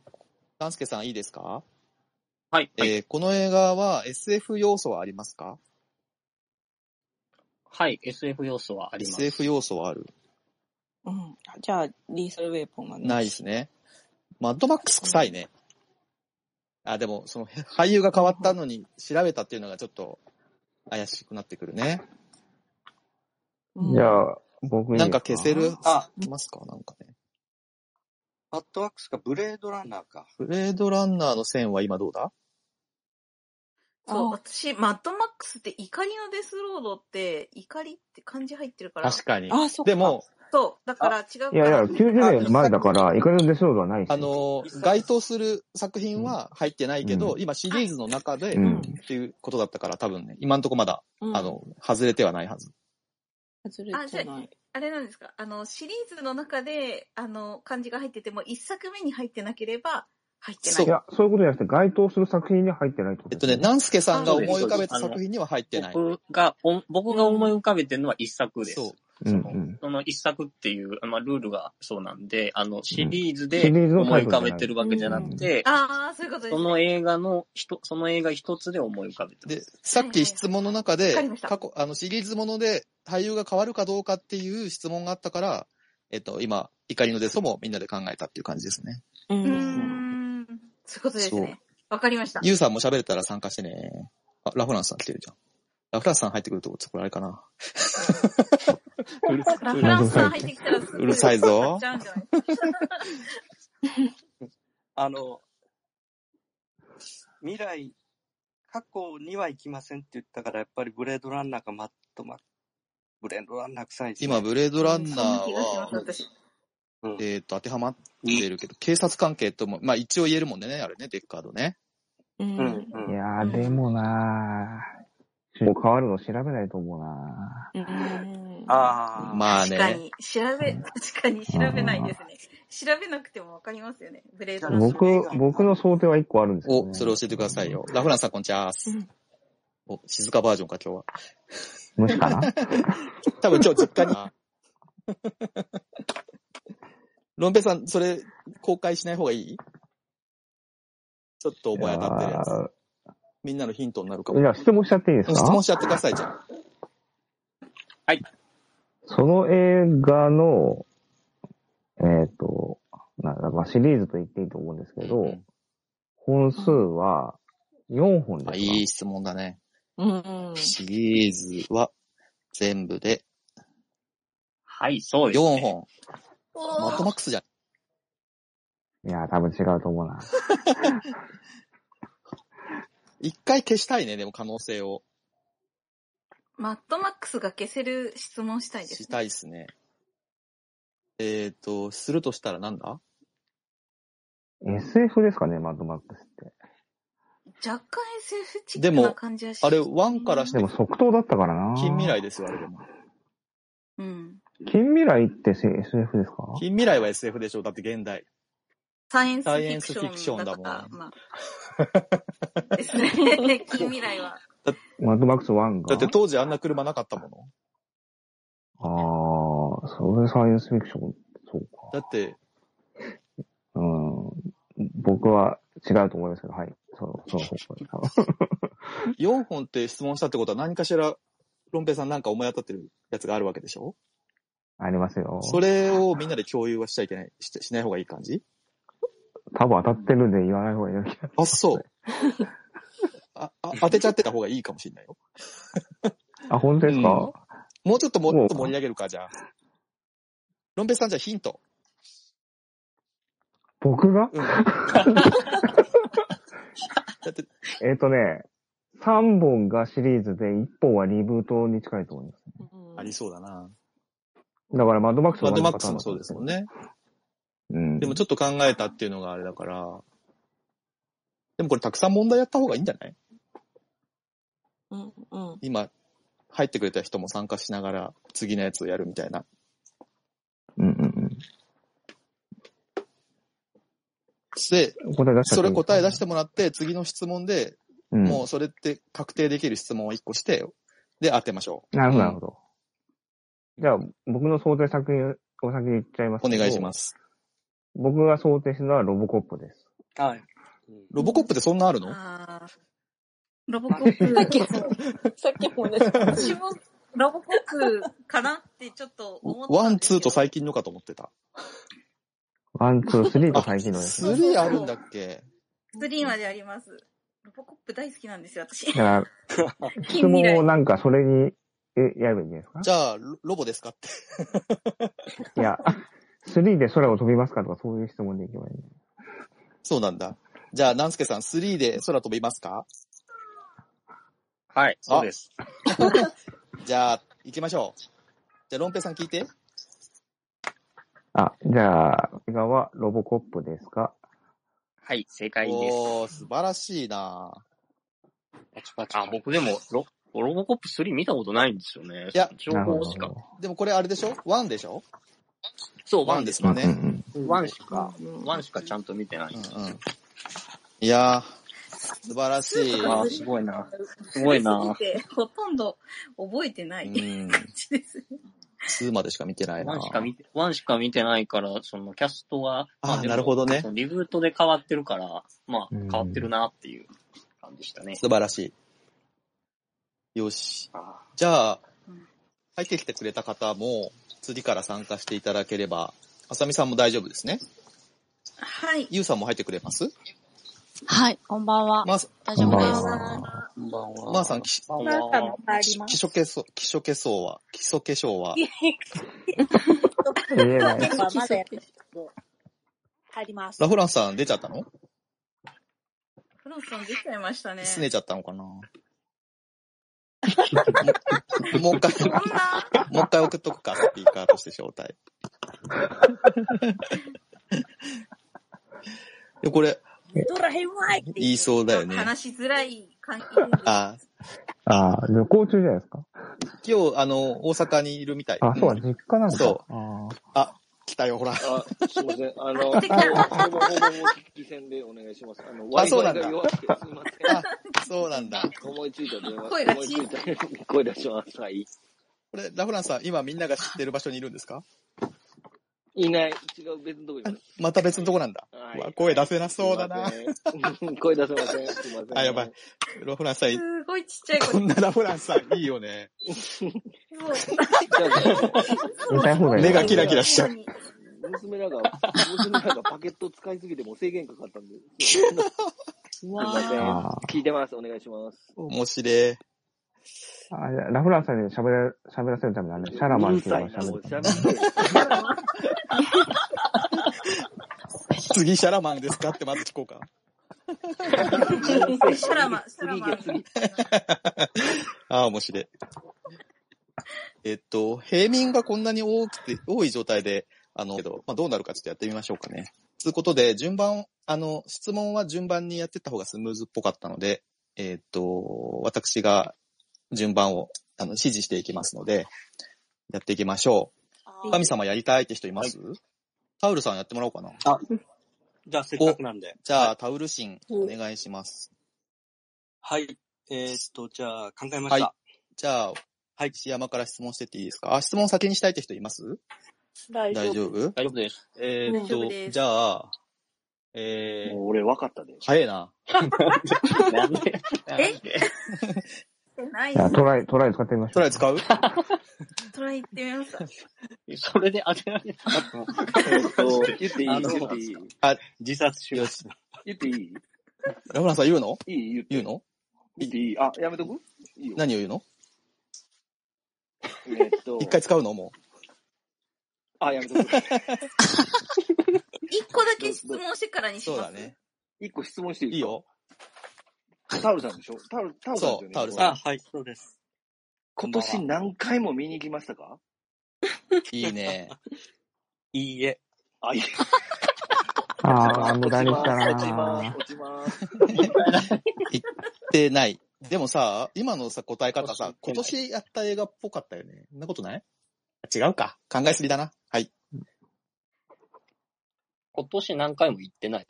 Speaker 2: ダンスケさんいいですか、
Speaker 1: はい。
Speaker 2: えーこの映画は SF 要素はありますか
Speaker 1: はい。SF 要素はあります。
Speaker 2: ?SF 要素はある
Speaker 5: うん。じゃあ、リーサルウェポンが
Speaker 2: ないですね。マッドマックス臭いね。あ、でも、その、へ俳優が変わったのに調べたっていうのがちょっと怪しくなってくるね。
Speaker 5: うん
Speaker 4: じゃあ、僕いいです
Speaker 2: なんか消せる、
Speaker 3: あ
Speaker 2: きますかなんかね。
Speaker 3: マットマックスか、ブレードランナーか。
Speaker 2: ブレードランナーの線は今どうだ
Speaker 6: そう、
Speaker 5: あ
Speaker 6: 私、マッドマックスって怒りのデスロードって、怒りって漢字入ってるから。
Speaker 2: 確かに。
Speaker 5: あ、そっか。
Speaker 2: でも、
Speaker 6: そう、だから違うから。
Speaker 4: いやいや、
Speaker 2: あ
Speaker 4: 90年前だから、いかにもデスロードはないし。
Speaker 2: あの
Speaker 3: 一
Speaker 2: ー、
Speaker 3: 冊
Speaker 2: 該当する作品は入ってないけど、
Speaker 4: う
Speaker 2: 今シリーズの中で
Speaker 4: う
Speaker 2: っ
Speaker 4: ん。
Speaker 2: ていうことだったから、多分ね、今んとこまだ、
Speaker 5: うん。
Speaker 2: あの、外れてはないはず。
Speaker 5: 外れてない。
Speaker 6: あれなんですかあの、シリーズの中で、あの、漢字が入ってても、一作目に入ってなければ、入ってない。
Speaker 2: そう
Speaker 4: いや、そういうことじゃなくて、該当する作品に入ってないってこ
Speaker 2: えっ
Speaker 4: と
Speaker 2: と
Speaker 4: で
Speaker 2: ね、
Speaker 4: すね。
Speaker 2: 南助さんが
Speaker 1: あそう
Speaker 2: 思
Speaker 1: で
Speaker 2: い
Speaker 1: す
Speaker 2: 浮かべた
Speaker 1: そうです
Speaker 2: 作品には入ってない。
Speaker 1: 僕がお、僕が思い浮かべてるのは一作です。
Speaker 2: そ
Speaker 4: うん
Speaker 1: そうの
Speaker 4: ん。
Speaker 1: その一作っていう、まあ、ルールがそうなんで、あの、シリーズ
Speaker 4: シ
Speaker 1: で
Speaker 4: リーズの
Speaker 1: 思
Speaker 4: タ
Speaker 1: い
Speaker 4: イトルじ
Speaker 1: 浮か
Speaker 4: ゃない
Speaker 1: べてるわけじゃなくて、
Speaker 6: ああ、そういうことで
Speaker 1: そ
Speaker 6: すね。
Speaker 1: の映画の一、その映画一つで思い浮かべて
Speaker 2: う。
Speaker 1: ま。、
Speaker 2: ですさっき質問の中
Speaker 6: わ
Speaker 2: で
Speaker 6: かりまし、た
Speaker 2: 過去、あの、シリーズもので俳優が変わるかどうかっていう質問があったから、えっと、今、怒りのデソもみんなで考えたっていう感じですね。
Speaker 5: う
Speaker 6: うー
Speaker 5: ん。
Speaker 6: ん、そういうことですね。わかりました。
Speaker 2: ゆうさんも喋れたら参加してね。あ、ラフランスさん来てるじゃん。ラフランスさん入ってくると、これあれかな。うる
Speaker 6: ラ
Speaker 2: う
Speaker 6: フ
Speaker 2: る
Speaker 6: ランスさん入ってきたらすごい。
Speaker 2: うるさい ぞ
Speaker 6: 買っちゃうんじゃない
Speaker 3: あの、未来、過去には行きませんって言ったから、やっぱりブレードランナーかマットマックス。ブレードランナー臭いですね。
Speaker 2: 今、ブレードランナー
Speaker 6: そんな気がします、
Speaker 2: は、
Speaker 6: 私。
Speaker 3: うん
Speaker 2: えっと、当てはまってるけど、警察関係とも、まあ一応言えるもんね、あれね、デッカードね。
Speaker 5: う。
Speaker 3: うんん、
Speaker 4: い
Speaker 3: うん。
Speaker 4: やー、でもなーもう変わるの調べないと思うな
Speaker 5: うん。
Speaker 3: ああ、
Speaker 2: まあ
Speaker 6: 確か
Speaker 2: ね。
Speaker 6: に、調べ、確かに調べないですね。調べなくてもわかりますよね。ブレード
Speaker 4: ー
Speaker 6: の。
Speaker 4: 僕、僕の想定は一個あるんですよ、ね。
Speaker 2: お、それ教えてくださいよ。ラフランさん、こんにちは。お、静かバージョンか、今日は。
Speaker 4: 虫か な
Speaker 2: 多分今日 実家に。ロンペイさん、それ、公開しない方がいいちょっと思い当たってるやつ。みんなのヒントになるか
Speaker 4: いや
Speaker 2: も。
Speaker 4: ー質問しちゃっていいです
Speaker 2: 質
Speaker 4: か
Speaker 2: 問しちゃってください、じゃあ。
Speaker 4: その映画の、えっ、と、なまあ、シリーズと言っていいと思うんですけど、
Speaker 2: うん
Speaker 4: 本数は4本です
Speaker 2: あ
Speaker 4: か、
Speaker 2: いい質問だね。
Speaker 5: うん。
Speaker 2: シリーズは全部で
Speaker 1: はい、そうです、ね。
Speaker 2: 4本。マットマックスじゃん。
Speaker 4: いやー、多分違うと思うな。
Speaker 2: 一回消したいね、でも可能性を。
Speaker 6: マットマックスが消せる質問したいです、ね。
Speaker 2: したいですね。えっ、と、するとしたらなんだ
Speaker 4: SF ですかね、マッドマックスって。
Speaker 6: 若干 SF チ
Speaker 2: で
Speaker 6: ックな
Speaker 2: も
Speaker 6: 感じはし
Speaker 2: あれ、1からし
Speaker 4: で
Speaker 2: て
Speaker 4: も即答だったからな
Speaker 2: 近未来ですよ、あれでも。
Speaker 6: うん。
Speaker 4: 近未来ってせ SF ですか
Speaker 2: 近未来は SF でしょだって現代。
Speaker 6: サイエン
Speaker 2: サイエン
Speaker 6: ス
Speaker 2: ス
Speaker 6: フ
Speaker 2: フ
Speaker 6: ィ
Speaker 2: ィ
Speaker 6: ク
Speaker 2: ク
Speaker 6: シ
Speaker 2: シ
Speaker 6: ョ
Speaker 2: ョ
Speaker 6: ン
Speaker 2: ン
Speaker 6: だ
Speaker 2: だ
Speaker 6: か
Speaker 2: もん
Speaker 6: ら、まあ。ですね。近未来は。
Speaker 4: マッドマックス1
Speaker 2: だ
Speaker 4: が
Speaker 2: って当時あんな車なかったもの。
Speaker 4: あー、それサイエンスフィクション、そうか。
Speaker 2: だって、
Speaker 4: うん。僕は違うと思いますけど、はい。その、その方向で多分。
Speaker 2: 4本って質問したってことは何かしら、ロンペイさんなんか思い当たってるやつがあるわけでしょ
Speaker 4: ありますよ。
Speaker 2: それをみんなで共有はしちゃいけない、ししない方がいい感じ
Speaker 4: 多分当たってるんで言わない方がいいような気が
Speaker 2: あ、そう。あ、あ、当てちゃってた方がいいかもしれないよ。
Speaker 4: あ、本当ですか、
Speaker 2: うんもうちょっとも
Speaker 4: も
Speaker 2: っ
Speaker 4: う
Speaker 2: と盛り上げるか、じゃあ。ロンペイさんじゃあヒント。
Speaker 4: 僕が
Speaker 2: うん。 だって、
Speaker 4: えっ、とね、3本がシリーズで1本はリブートに近いと思います。
Speaker 2: ありそうだな。
Speaker 4: だからマッドマックス
Speaker 2: マ
Speaker 4: は
Speaker 2: ッドマックス
Speaker 4: 同
Speaker 2: も
Speaker 4: じ
Speaker 2: そ
Speaker 4: パター
Speaker 2: う
Speaker 4: ン
Speaker 2: ですもんね。
Speaker 4: うん。
Speaker 2: でもちょっと考えたっていうのがあれだから。でもこれたくさん問題やった方がいいんじゃない
Speaker 5: うん。うん。
Speaker 2: 今、入ってくれた人も参加しながら次のやつをやるみたいな。
Speaker 4: うんうん
Speaker 2: で、
Speaker 4: うん。答え出しちゃっていいですか
Speaker 2: それ答え出してもらって、次の質問で、
Speaker 4: うん、
Speaker 2: もうそれって確定できる質問を1個して、で当てましょう。
Speaker 4: なるほど、なるほど。じゃあ、僕の想定作品を先に言っちゃいます。
Speaker 2: お願いしますす。
Speaker 4: 僕が想定したのはロボコップです。
Speaker 3: はい。
Speaker 2: ロボコップって そんなあるの
Speaker 6: あーロボコッ プ
Speaker 5: さっきも、さっきも同じ。
Speaker 6: 私もロボコップかなってちょっと思った
Speaker 2: ワ
Speaker 6: ん
Speaker 2: ン、
Speaker 6: で
Speaker 2: ツ
Speaker 6: す
Speaker 2: ー
Speaker 6: け
Speaker 2: と
Speaker 6: ど。
Speaker 2: 最近のかと思ってた。
Speaker 4: ワン、ツー、スリーと最近のです。
Speaker 2: スリーあるんだっけ
Speaker 6: スリーまであります。ロボコップ大好きなんですよ、私。
Speaker 4: だから、質
Speaker 6: 近未
Speaker 4: 問を
Speaker 6: 来。
Speaker 4: なんかそれに、え、やればいいんじゃないですか
Speaker 2: じゃあ、ロロボですかって。
Speaker 4: いや、スリーで空を飛びますかとかそういう質問でいけばいい。
Speaker 2: そうなんだ。じゃあ、南助さん、スリーで空飛びますか
Speaker 1: はい、そうです。
Speaker 2: じゃあ、行きましょう。じゃあ、ロンペイさん聞いて。
Speaker 4: あ、じゃあ、映画はロボコップですか
Speaker 1: はい、正解です。
Speaker 2: おー、素晴らしいな
Speaker 3: パチパチ。
Speaker 1: あ、僕でもロ、ロボコップ3見たことないんですよね。
Speaker 2: いや
Speaker 1: 情報しか。
Speaker 2: でもこれあれでしょワンでしょ
Speaker 1: そう、ワンです
Speaker 4: な
Speaker 1: か
Speaker 4: るほど。
Speaker 2: ね
Speaker 1: ね。
Speaker 4: うんうん
Speaker 1: ワンしか、
Speaker 5: うん
Speaker 1: ワンしかちゃんと見てない。
Speaker 2: うんうん。いやー、素晴らしい。
Speaker 1: あー
Speaker 2: う
Speaker 1: すごいな。すごいな。
Speaker 6: て、ほとんど覚えてない感
Speaker 2: ん。
Speaker 6: じですね。
Speaker 2: 2までしか見てないな
Speaker 1: ワンしか見て、ワンしか見てないから、そのキャストは、
Speaker 2: あー
Speaker 1: までも
Speaker 2: なるほどね
Speaker 1: そのリブートで変わってるから、まあ、変わってるなっていう感じでしたね。
Speaker 2: 素晴らしい。よし。
Speaker 1: あ
Speaker 2: じゃあ
Speaker 6: うん、
Speaker 2: 入ってきてくれた方も、次から参加していただければ、あさみさんも大丈夫ですね。
Speaker 6: はい。
Speaker 2: ゆうさんも入ってくれます
Speaker 7: はい、こんばんは。
Speaker 2: まー、
Speaker 7: 大
Speaker 4: こ
Speaker 7: 丈
Speaker 4: んばん
Speaker 7: 夫です。
Speaker 4: は。
Speaker 3: こんばんは。
Speaker 2: まーさん、き
Speaker 1: こんばん
Speaker 5: まさ
Speaker 1: は
Speaker 5: の帰
Speaker 2: き
Speaker 5: ります。
Speaker 2: 基礎化粧、基礎化粧は、基礎化粧は、
Speaker 4: 言えない。
Speaker 7: 今まだやって
Speaker 5: る
Speaker 7: 入ります
Speaker 2: ラ。フランスさん出ちゃったの
Speaker 6: フロンさん出ちゃいましたね。
Speaker 2: すねちゃったのかな ももう一回、も
Speaker 6: こんな、
Speaker 2: う一回送っとくか、スピーカーとして招待。 でこれ、
Speaker 6: ドラヘンワイって
Speaker 2: 言いそうだよね
Speaker 6: 話しづらい関係です。
Speaker 2: あ
Speaker 4: ああ、旅行中じゃないですか。
Speaker 2: 今日、あの、大阪にいるみたい。
Speaker 4: あ、そうだ、実家なんだ。
Speaker 2: そ
Speaker 4: あー
Speaker 2: あ、来たよ、ほら。
Speaker 8: あ、すいません。あの、
Speaker 6: あ来てきた
Speaker 8: ほぼほぼお聞き戦でお願いします。あの、ワイ
Speaker 2: そう
Speaker 8: フ
Speaker 2: な
Speaker 8: ァ
Speaker 2: ん
Speaker 8: イ
Speaker 2: だ
Speaker 8: が弱くて、すいませ
Speaker 2: あ、そうなんだ。
Speaker 8: ん。思いついた電話。
Speaker 6: 声が
Speaker 8: 思い
Speaker 6: 小
Speaker 8: つ
Speaker 6: さい
Speaker 8: いた声出します。はい。
Speaker 2: これ、ラフランさん、今みんなが知ってる場所にいるんですか
Speaker 8: いない。違う別のとこにいます。
Speaker 2: また別のとこなんだ。
Speaker 8: は
Speaker 2: うわ声出せなそうだな。
Speaker 8: すいません声出せません。すいません。
Speaker 2: あ、やばい。。ラフラン さん、
Speaker 6: すごいちっちゃい
Speaker 2: こ
Speaker 6: 子
Speaker 2: んなラフランさん、いいよね。
Speaker 6: そう
Speaker 4: 痛い方がいい。
Speaker 2: 目がキラキラしちゃう。
Speaker 8: 娘らが、娘らがパケット使いすぎてもう制限かかったんで。すいません。
Speaker 4: あ
Speaker 8: 聞いてます。お願いします。
Speaker 2: 面白い。
Speaker 4: ああ、いやラフランさんに喋ら、喋らせるためにあれ、シャラマンっていうのを
Speaker 8: う
Speaker 4: 喋
Speaker 8: る
Speaker 4: っ
Speaker 8: さい
Speaker 4: た
Speaker 8: な。。おしゃべり
Speaker 2: 次、シャラマンですかってまず聞こうか。
Speaker 6: シャラマ、シャラマ。
Speaker 2: ああ、面白い。えっと、平民がこんなに多くて、多い状態で、あの、けど、まあ、どうなるかちょっとやってみましょうかね。ということで、順番、あの、質問は順番にやってった方がスムーズっぽかったので、えっと、私が順番を、あの、指示していきますので、やっていきましょう。神様やりたいって人います、タウルさんやってもらおうかな。
Speaker 3: じゃあ、せっかくなんで。
Speaker 2: じゃあ、タウル神、お願いします。
Speaker 3: はい。えーっと、じゃあ、考えました。
Speaker 2: はじゃあ、はい、石山から質問してっていいですかあ、質問先にしたいって人います
Speaker 7: 大
Speaker 2: 大丈夫
Speaker 1: 大丈夫 です。
Speaker 2: えーっ
Speaker 6: 大丈夫
Speaker 2: と
Speaker 6: で、す
Speaker 2: じゃあ、えー、
Speaker 8: もう俺分かったで。
Speaker 2: 早いな。
Speaker 1: なんでなんで
Speaker 6: ナイ
Speaker 4: じゃあ
Speaker 6: ス。
Speaker 4: トライ、トライ使ってみましょ
Speaker 2: ト
Speaker 4: う。
Speaker 2: ライ使う
Speaker 6: トライ行ってみますか。
Speaker 1: それで当てられたかと思った
Speaker 8: えっと、言っていい
Speaker 2: あの
Speaker 8: 言っていい
Speaker 3: 自殺します。
Speaker 8: 言っていい
Speaker 2: ラフランさん言うの
Speaker 8: いい言って
Speaker 2: 言うの
Speaker 8: 言っていいあ、やめとくいいよ。
Speaker 2: 何を言うの
Speaker 8: えっと
Speaker 2: 一、回使うのも
Speaker 8: あ、やめとく。
Speaker 6: 一個だけ質問してからに
Speaker 2: う。
Speaker 6: します。。。
Speaker 8: 一個質問していい
Speaker 2: いいよ。
Speaker 8: タオルさんでしょタオル、タオルさんですよね。
Speaker 2: そうタオルさん
Speaker 3: あ、はい、そうです。
Speaker 8: 今年何回も見に行きましたか
Speaker 2: いいね。
Speaker 3: いいえ。
Speaker 8: あ、いい。
Speaker 4: ああ、無駄にした
Speaker 8: 落ちます
Speaker 4: な。
Speaker 8: 落ちます。
Speaker 2: で、ない。でもさ、今のさ、答え方さ、今
Speaker 1: 今年
Speaker 2: 年やった映画っぽかったよね。そんなことない違うか。考えすぎだな。はい。
Speaker 1: 今年何回も行ってない。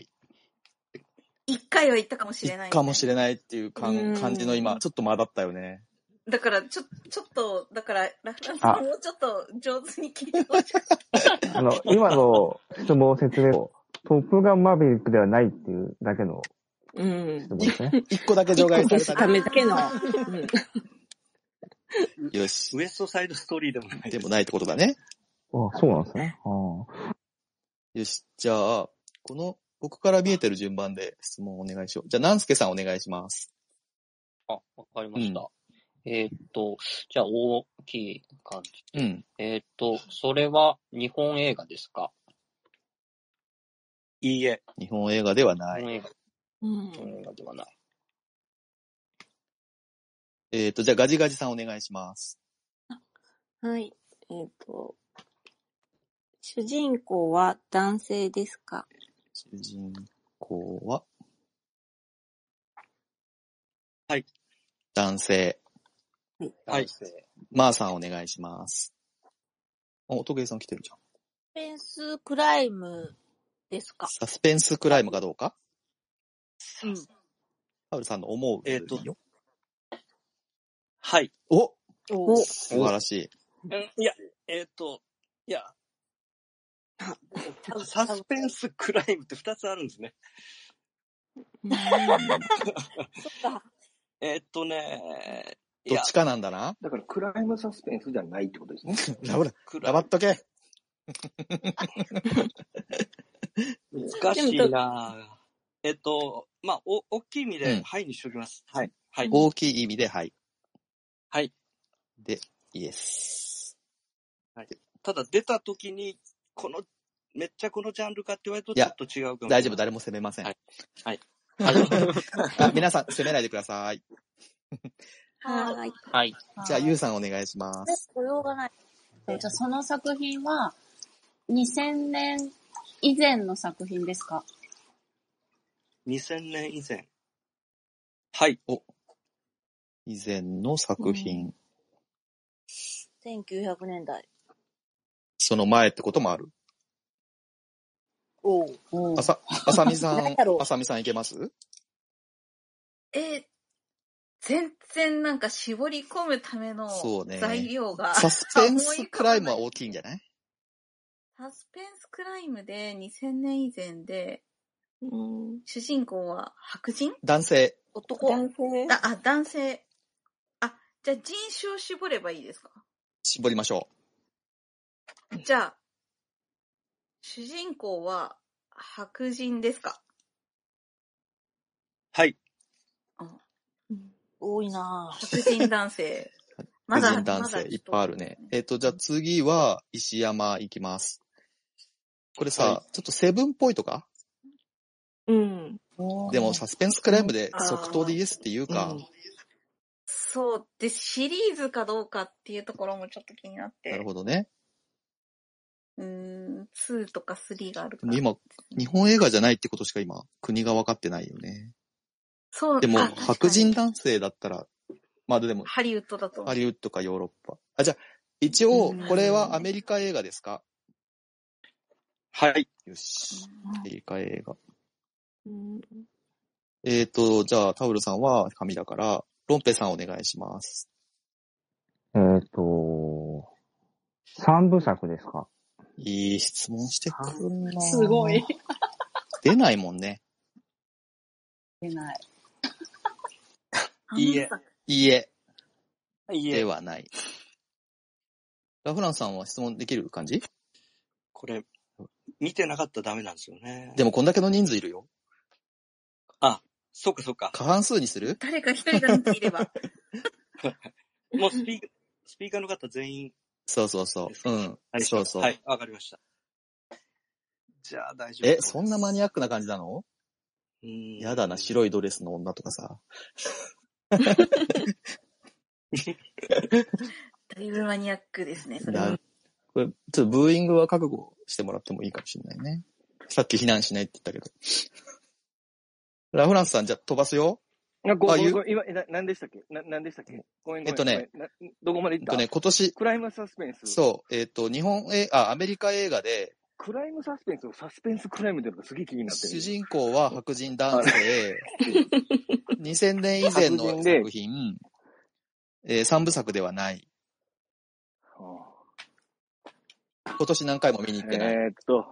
Speaker 6: 一回は行ったかもし
Speaker 2: い
Speaker 6: れないい。
Speaker 2: かもしれないっていうか
Speaker 5: うんん
Speaker 2: 感じの今、ちょっと間だったよね。
Speaker 6: だから、ちょ、ちょっと、だから、ラフランさ
Speaker 4: あ
Speaker 6: んもうちょっと上手に聞いてほしい。
Speaker 4: あの、今の質問説明を、トップガンマーヴェリックではないっていうだけの
Speaker 5: うん
Speaker 4: 質。問です ね。
Speaker 2: 一個だけ除外された
Speaker 5: ダ
Speaker 2: ね。
Speaker 5: メだけの
Speaker 6: あー
Speaker 5: うん
Speaker 2: よし。
Speaker 3: ウエストサイドストーリーでもない。
Speaker 2: でもないってことだね。
Speaker 4: あそうなんですね。あー
Speaker 2: よし。じゃあ、この、僕から見えてる順番で質問をお願いしよう。じゃあ、なんすけさんお願いします。
Speaker 1: あ、わかりました。えーっと、じゃあ大きい感じ。
Speaker 2: うん。
Speaker 1: えーっと、それは日本映画ですか
Speaker 3: いいえ。
Speaker 2: 日本映画ではな
Speaker 1: 日
Speaker 2: い。
Speaker 1: 本映画、
Speaker 5: うん
Speaker 1: 日本映画ではない。
Speaker 2: えっ、と、じゃあ、ガジガジさんお願いします。
Speaker 5: はい。えっ、と、主人公は男性ですか
Speaker 2: 主人公は
Speaker 3: はい。
Speaker 2: 男性。
Speaker 3: はい
Speaker 1: 男性。
Speaker 2: マーさんお願いします。あ、おとげさん来てるじゃん。
Speaker 7: ペンスクライムですか
Speaker 2: サスペンスクライムかどうか
Speaker 7: うん。
Speaker 2: ハウルさんの思う。
Speaker 3: えーとはい。
Speaker 2: お
Speaker 7: お
Speaker 2: 素晴らしい。
Speaker 3: いや、えーっと、い や
Speaker 5: あ。
Speaker 3: サスペンスクライムって2つあるんですね。
Speaker 5: うん
Speaker 3: えーっとね、い
Speaker 2: どっ
Speaker 3: や、
Speaker 2: ちかなんだな。
Speaker 8: だから、クライムサスペンスじゃないってことですね。
Speaker 2: ラブラ、
Speaker 3: クラ
Speaker 2: ラバっとけ。
Speaker 3: 難しいなぁえっと、まあ、お、大きい意味で、
Speaker 2: うん
Speaker 3: はいにしておきます。はい。はい。
Speaker 2: 大きい意味で、はい。
Speaker 3: はい。
Speaker 2: で、イエス。
Speaker 3: ただ出た時に、この、めっちゃこのジャンルかって言われると
Speaker 2: い
Speaker 3: ちょ
Speaker 2: や
Speaker 3: っと違うかも。
Speaker 2: 大丈夫、誰も責めません。
Speaker 3: はいはい。
Speaker 2: あ皆さん、責めないでください。
Speaker 5: はーい。
Speaker 1: はい。
Speaker 2: じゃあ、ゆうさんお願いします。
Speaker 7: 雇用がない。じゃあその作品は、
Speaker 9: 2000年以前の作品ですか
Speaker 3: 2000年以前。はい。
Speaker 2: 以前の作品、
Speaker 7: 1900年代。
Speaker 2: その前ってこともある。
Speaker 7: おう
Speaker 9: お
Speaker 2: あ さ、あさみさ
Speaker 7: なん
Speaker 2: ん
Speaker 7: だろ、う
Speaker 2: あさみさんいけます
Speaker 6: えー全然なんか絞り込むための
Speaker 2: そうね
Speaker 6: 材料が、
Speaker 2: サスペンスクライムは大きいんじゃない
Speaker 6: サスペンスクライムで2000年以前で、
Speaker 5: うん、
Speaker 6: 主人公は白人
Speaker 2: 男性。
Speaker 7: 男。
Speaker 5: 男性
Speaker 6: だあ、男性。あ、じゃあ人種を絞ればいいですか
Speaker 2: 絞りましょ
Speaker 6: じゃあ、主人公は白人ですか
Speaker 3: はい。
Speaker 7: 多いなぁ。
Speaker 6: 白人 男性。
Speaker 2: う。
Speaker 6: まだ
Speaker 2: 個人男
Speaker 6: まだ
Speaker 2: 性
Speaker 6: ちょっと
Speaker 2: いっぱいあるね。えっ、と、じゃあ次は石山いきます。これさ、
Speaker 3: は
Speaker 2: ちょっとセブンっぽいとか
Speaker 5: うん。
Speaker 2: でもサスペンスクライムで
Speaker 6: あー
Speaker 2: 即答でイエスっていうか、
Speaker 8: うん
Speaker 6: そう。で、シリーズかどうかっていうところもちょっと気になって。
Speaker 2: なるほどね。
Speaker 6: うーん、2とか3があるか
Speaker 2: で
Speaker 6: ら。
Speaker 2: も今、日本映画じゃないってことしか今、国が分かってないよね。
Speaker 6: そう
Speaker 2: でも、
Speaker 6: あ確かに
Speaker 2: 白人男性だったら、まあでも、
Speaker 6: ハリウッドだと
Speaker 2: ハ。リウッドかヨーロッパ。あ、じゃあ、一応、これ
Speaker 6: う
Speaker 2: は
Speaker 6: ん
Speaker 2: アメリカ映画ですか
Speaker 3: はい。
Speaker 2: よし。アメリカ映画。
Speaker 5: うん
Speaker 2: えっ、ー、と、じゃあ、タウルさんは神だから、ロンペさんお願いします。
Speaker 4: えっ、と、三部作ですか
Speaker 2: いい質問してくるなぁ
Speaker 9: すごい。。
Speaker 2: 出ないもんね。
Speaker 9: 出ない。
Speaker 3: いいえ
Speaker 6: あのさ
Speaker 2: いいえ、
Speaker 3: い
Speaker 2: で
Speaker 3: え、
Speaker 2: はない。ラフランさんは質問できる感じ
Speaker 3: これ、見てなかったらダメなんですよね。
Speaker 2: でも、こんだけの人数いるよ。
Speaker 3: そっかそっか。
Speaker 2: 過半数にする
Speaker 6: 誰か一人が見て いれば。
Speaker 3: もうスピーカー、スピーカーの方全員
Speaker 2: そうそうそう。うん。
Speaker 3: はい
Speaker 2: そうそう。
Speaker 3: はい、わかりました。じゃあ大丈夫
Speaker 2: え、そんなマニアックな感じなの
Speaker 3: や
Speaker 2: やだな、白いドレスの女とかさ。
Speaker 6: だいぶマニアックですね、それは。
Speaker 2: なこれ、ちょっとブーイングは覚悟してもらってもいいかもしれないね。さっき避難しないって言ったけど。ラフランスさん、じゃあ飛ばすよ。
Speaker 8: あ、ご
Speaker 2: あ
Speaker 8: め
Speaker 2: 言う
Speaker 8: んごめん、今、な何でしたっけな何でしたっけごめんごめん。
Speaker 2: えっとね
Speaker 8: ごめん、などこまで
Speaker 2: え
Speaker 8: 行
Speaker 2: っ
Speaker 8: った、
Speaker 2: とね、今年、
Speaker 8: クライムサスペンス。
Speaker 2: そう、えっ、と、日本映あ、アメリカ映画で、
Speaker 8: クライムサスペンスをサスペンスクライムっていうのがすげえ気になって
Speaker 2: 主
Speaker 8: る。
Speaker 2: 人公は白人男性、2000年以前
Speaker 8: 白
Speaker 2: の
Speaker 8: 人で
Speaker 2: 作品、えー、3部作ではない。
Speaker 8: は
Speaker 2: 今年何回も見に
Speaker 8: あ
Speaker 2: 行ってない。
Speaker 8: えーっと、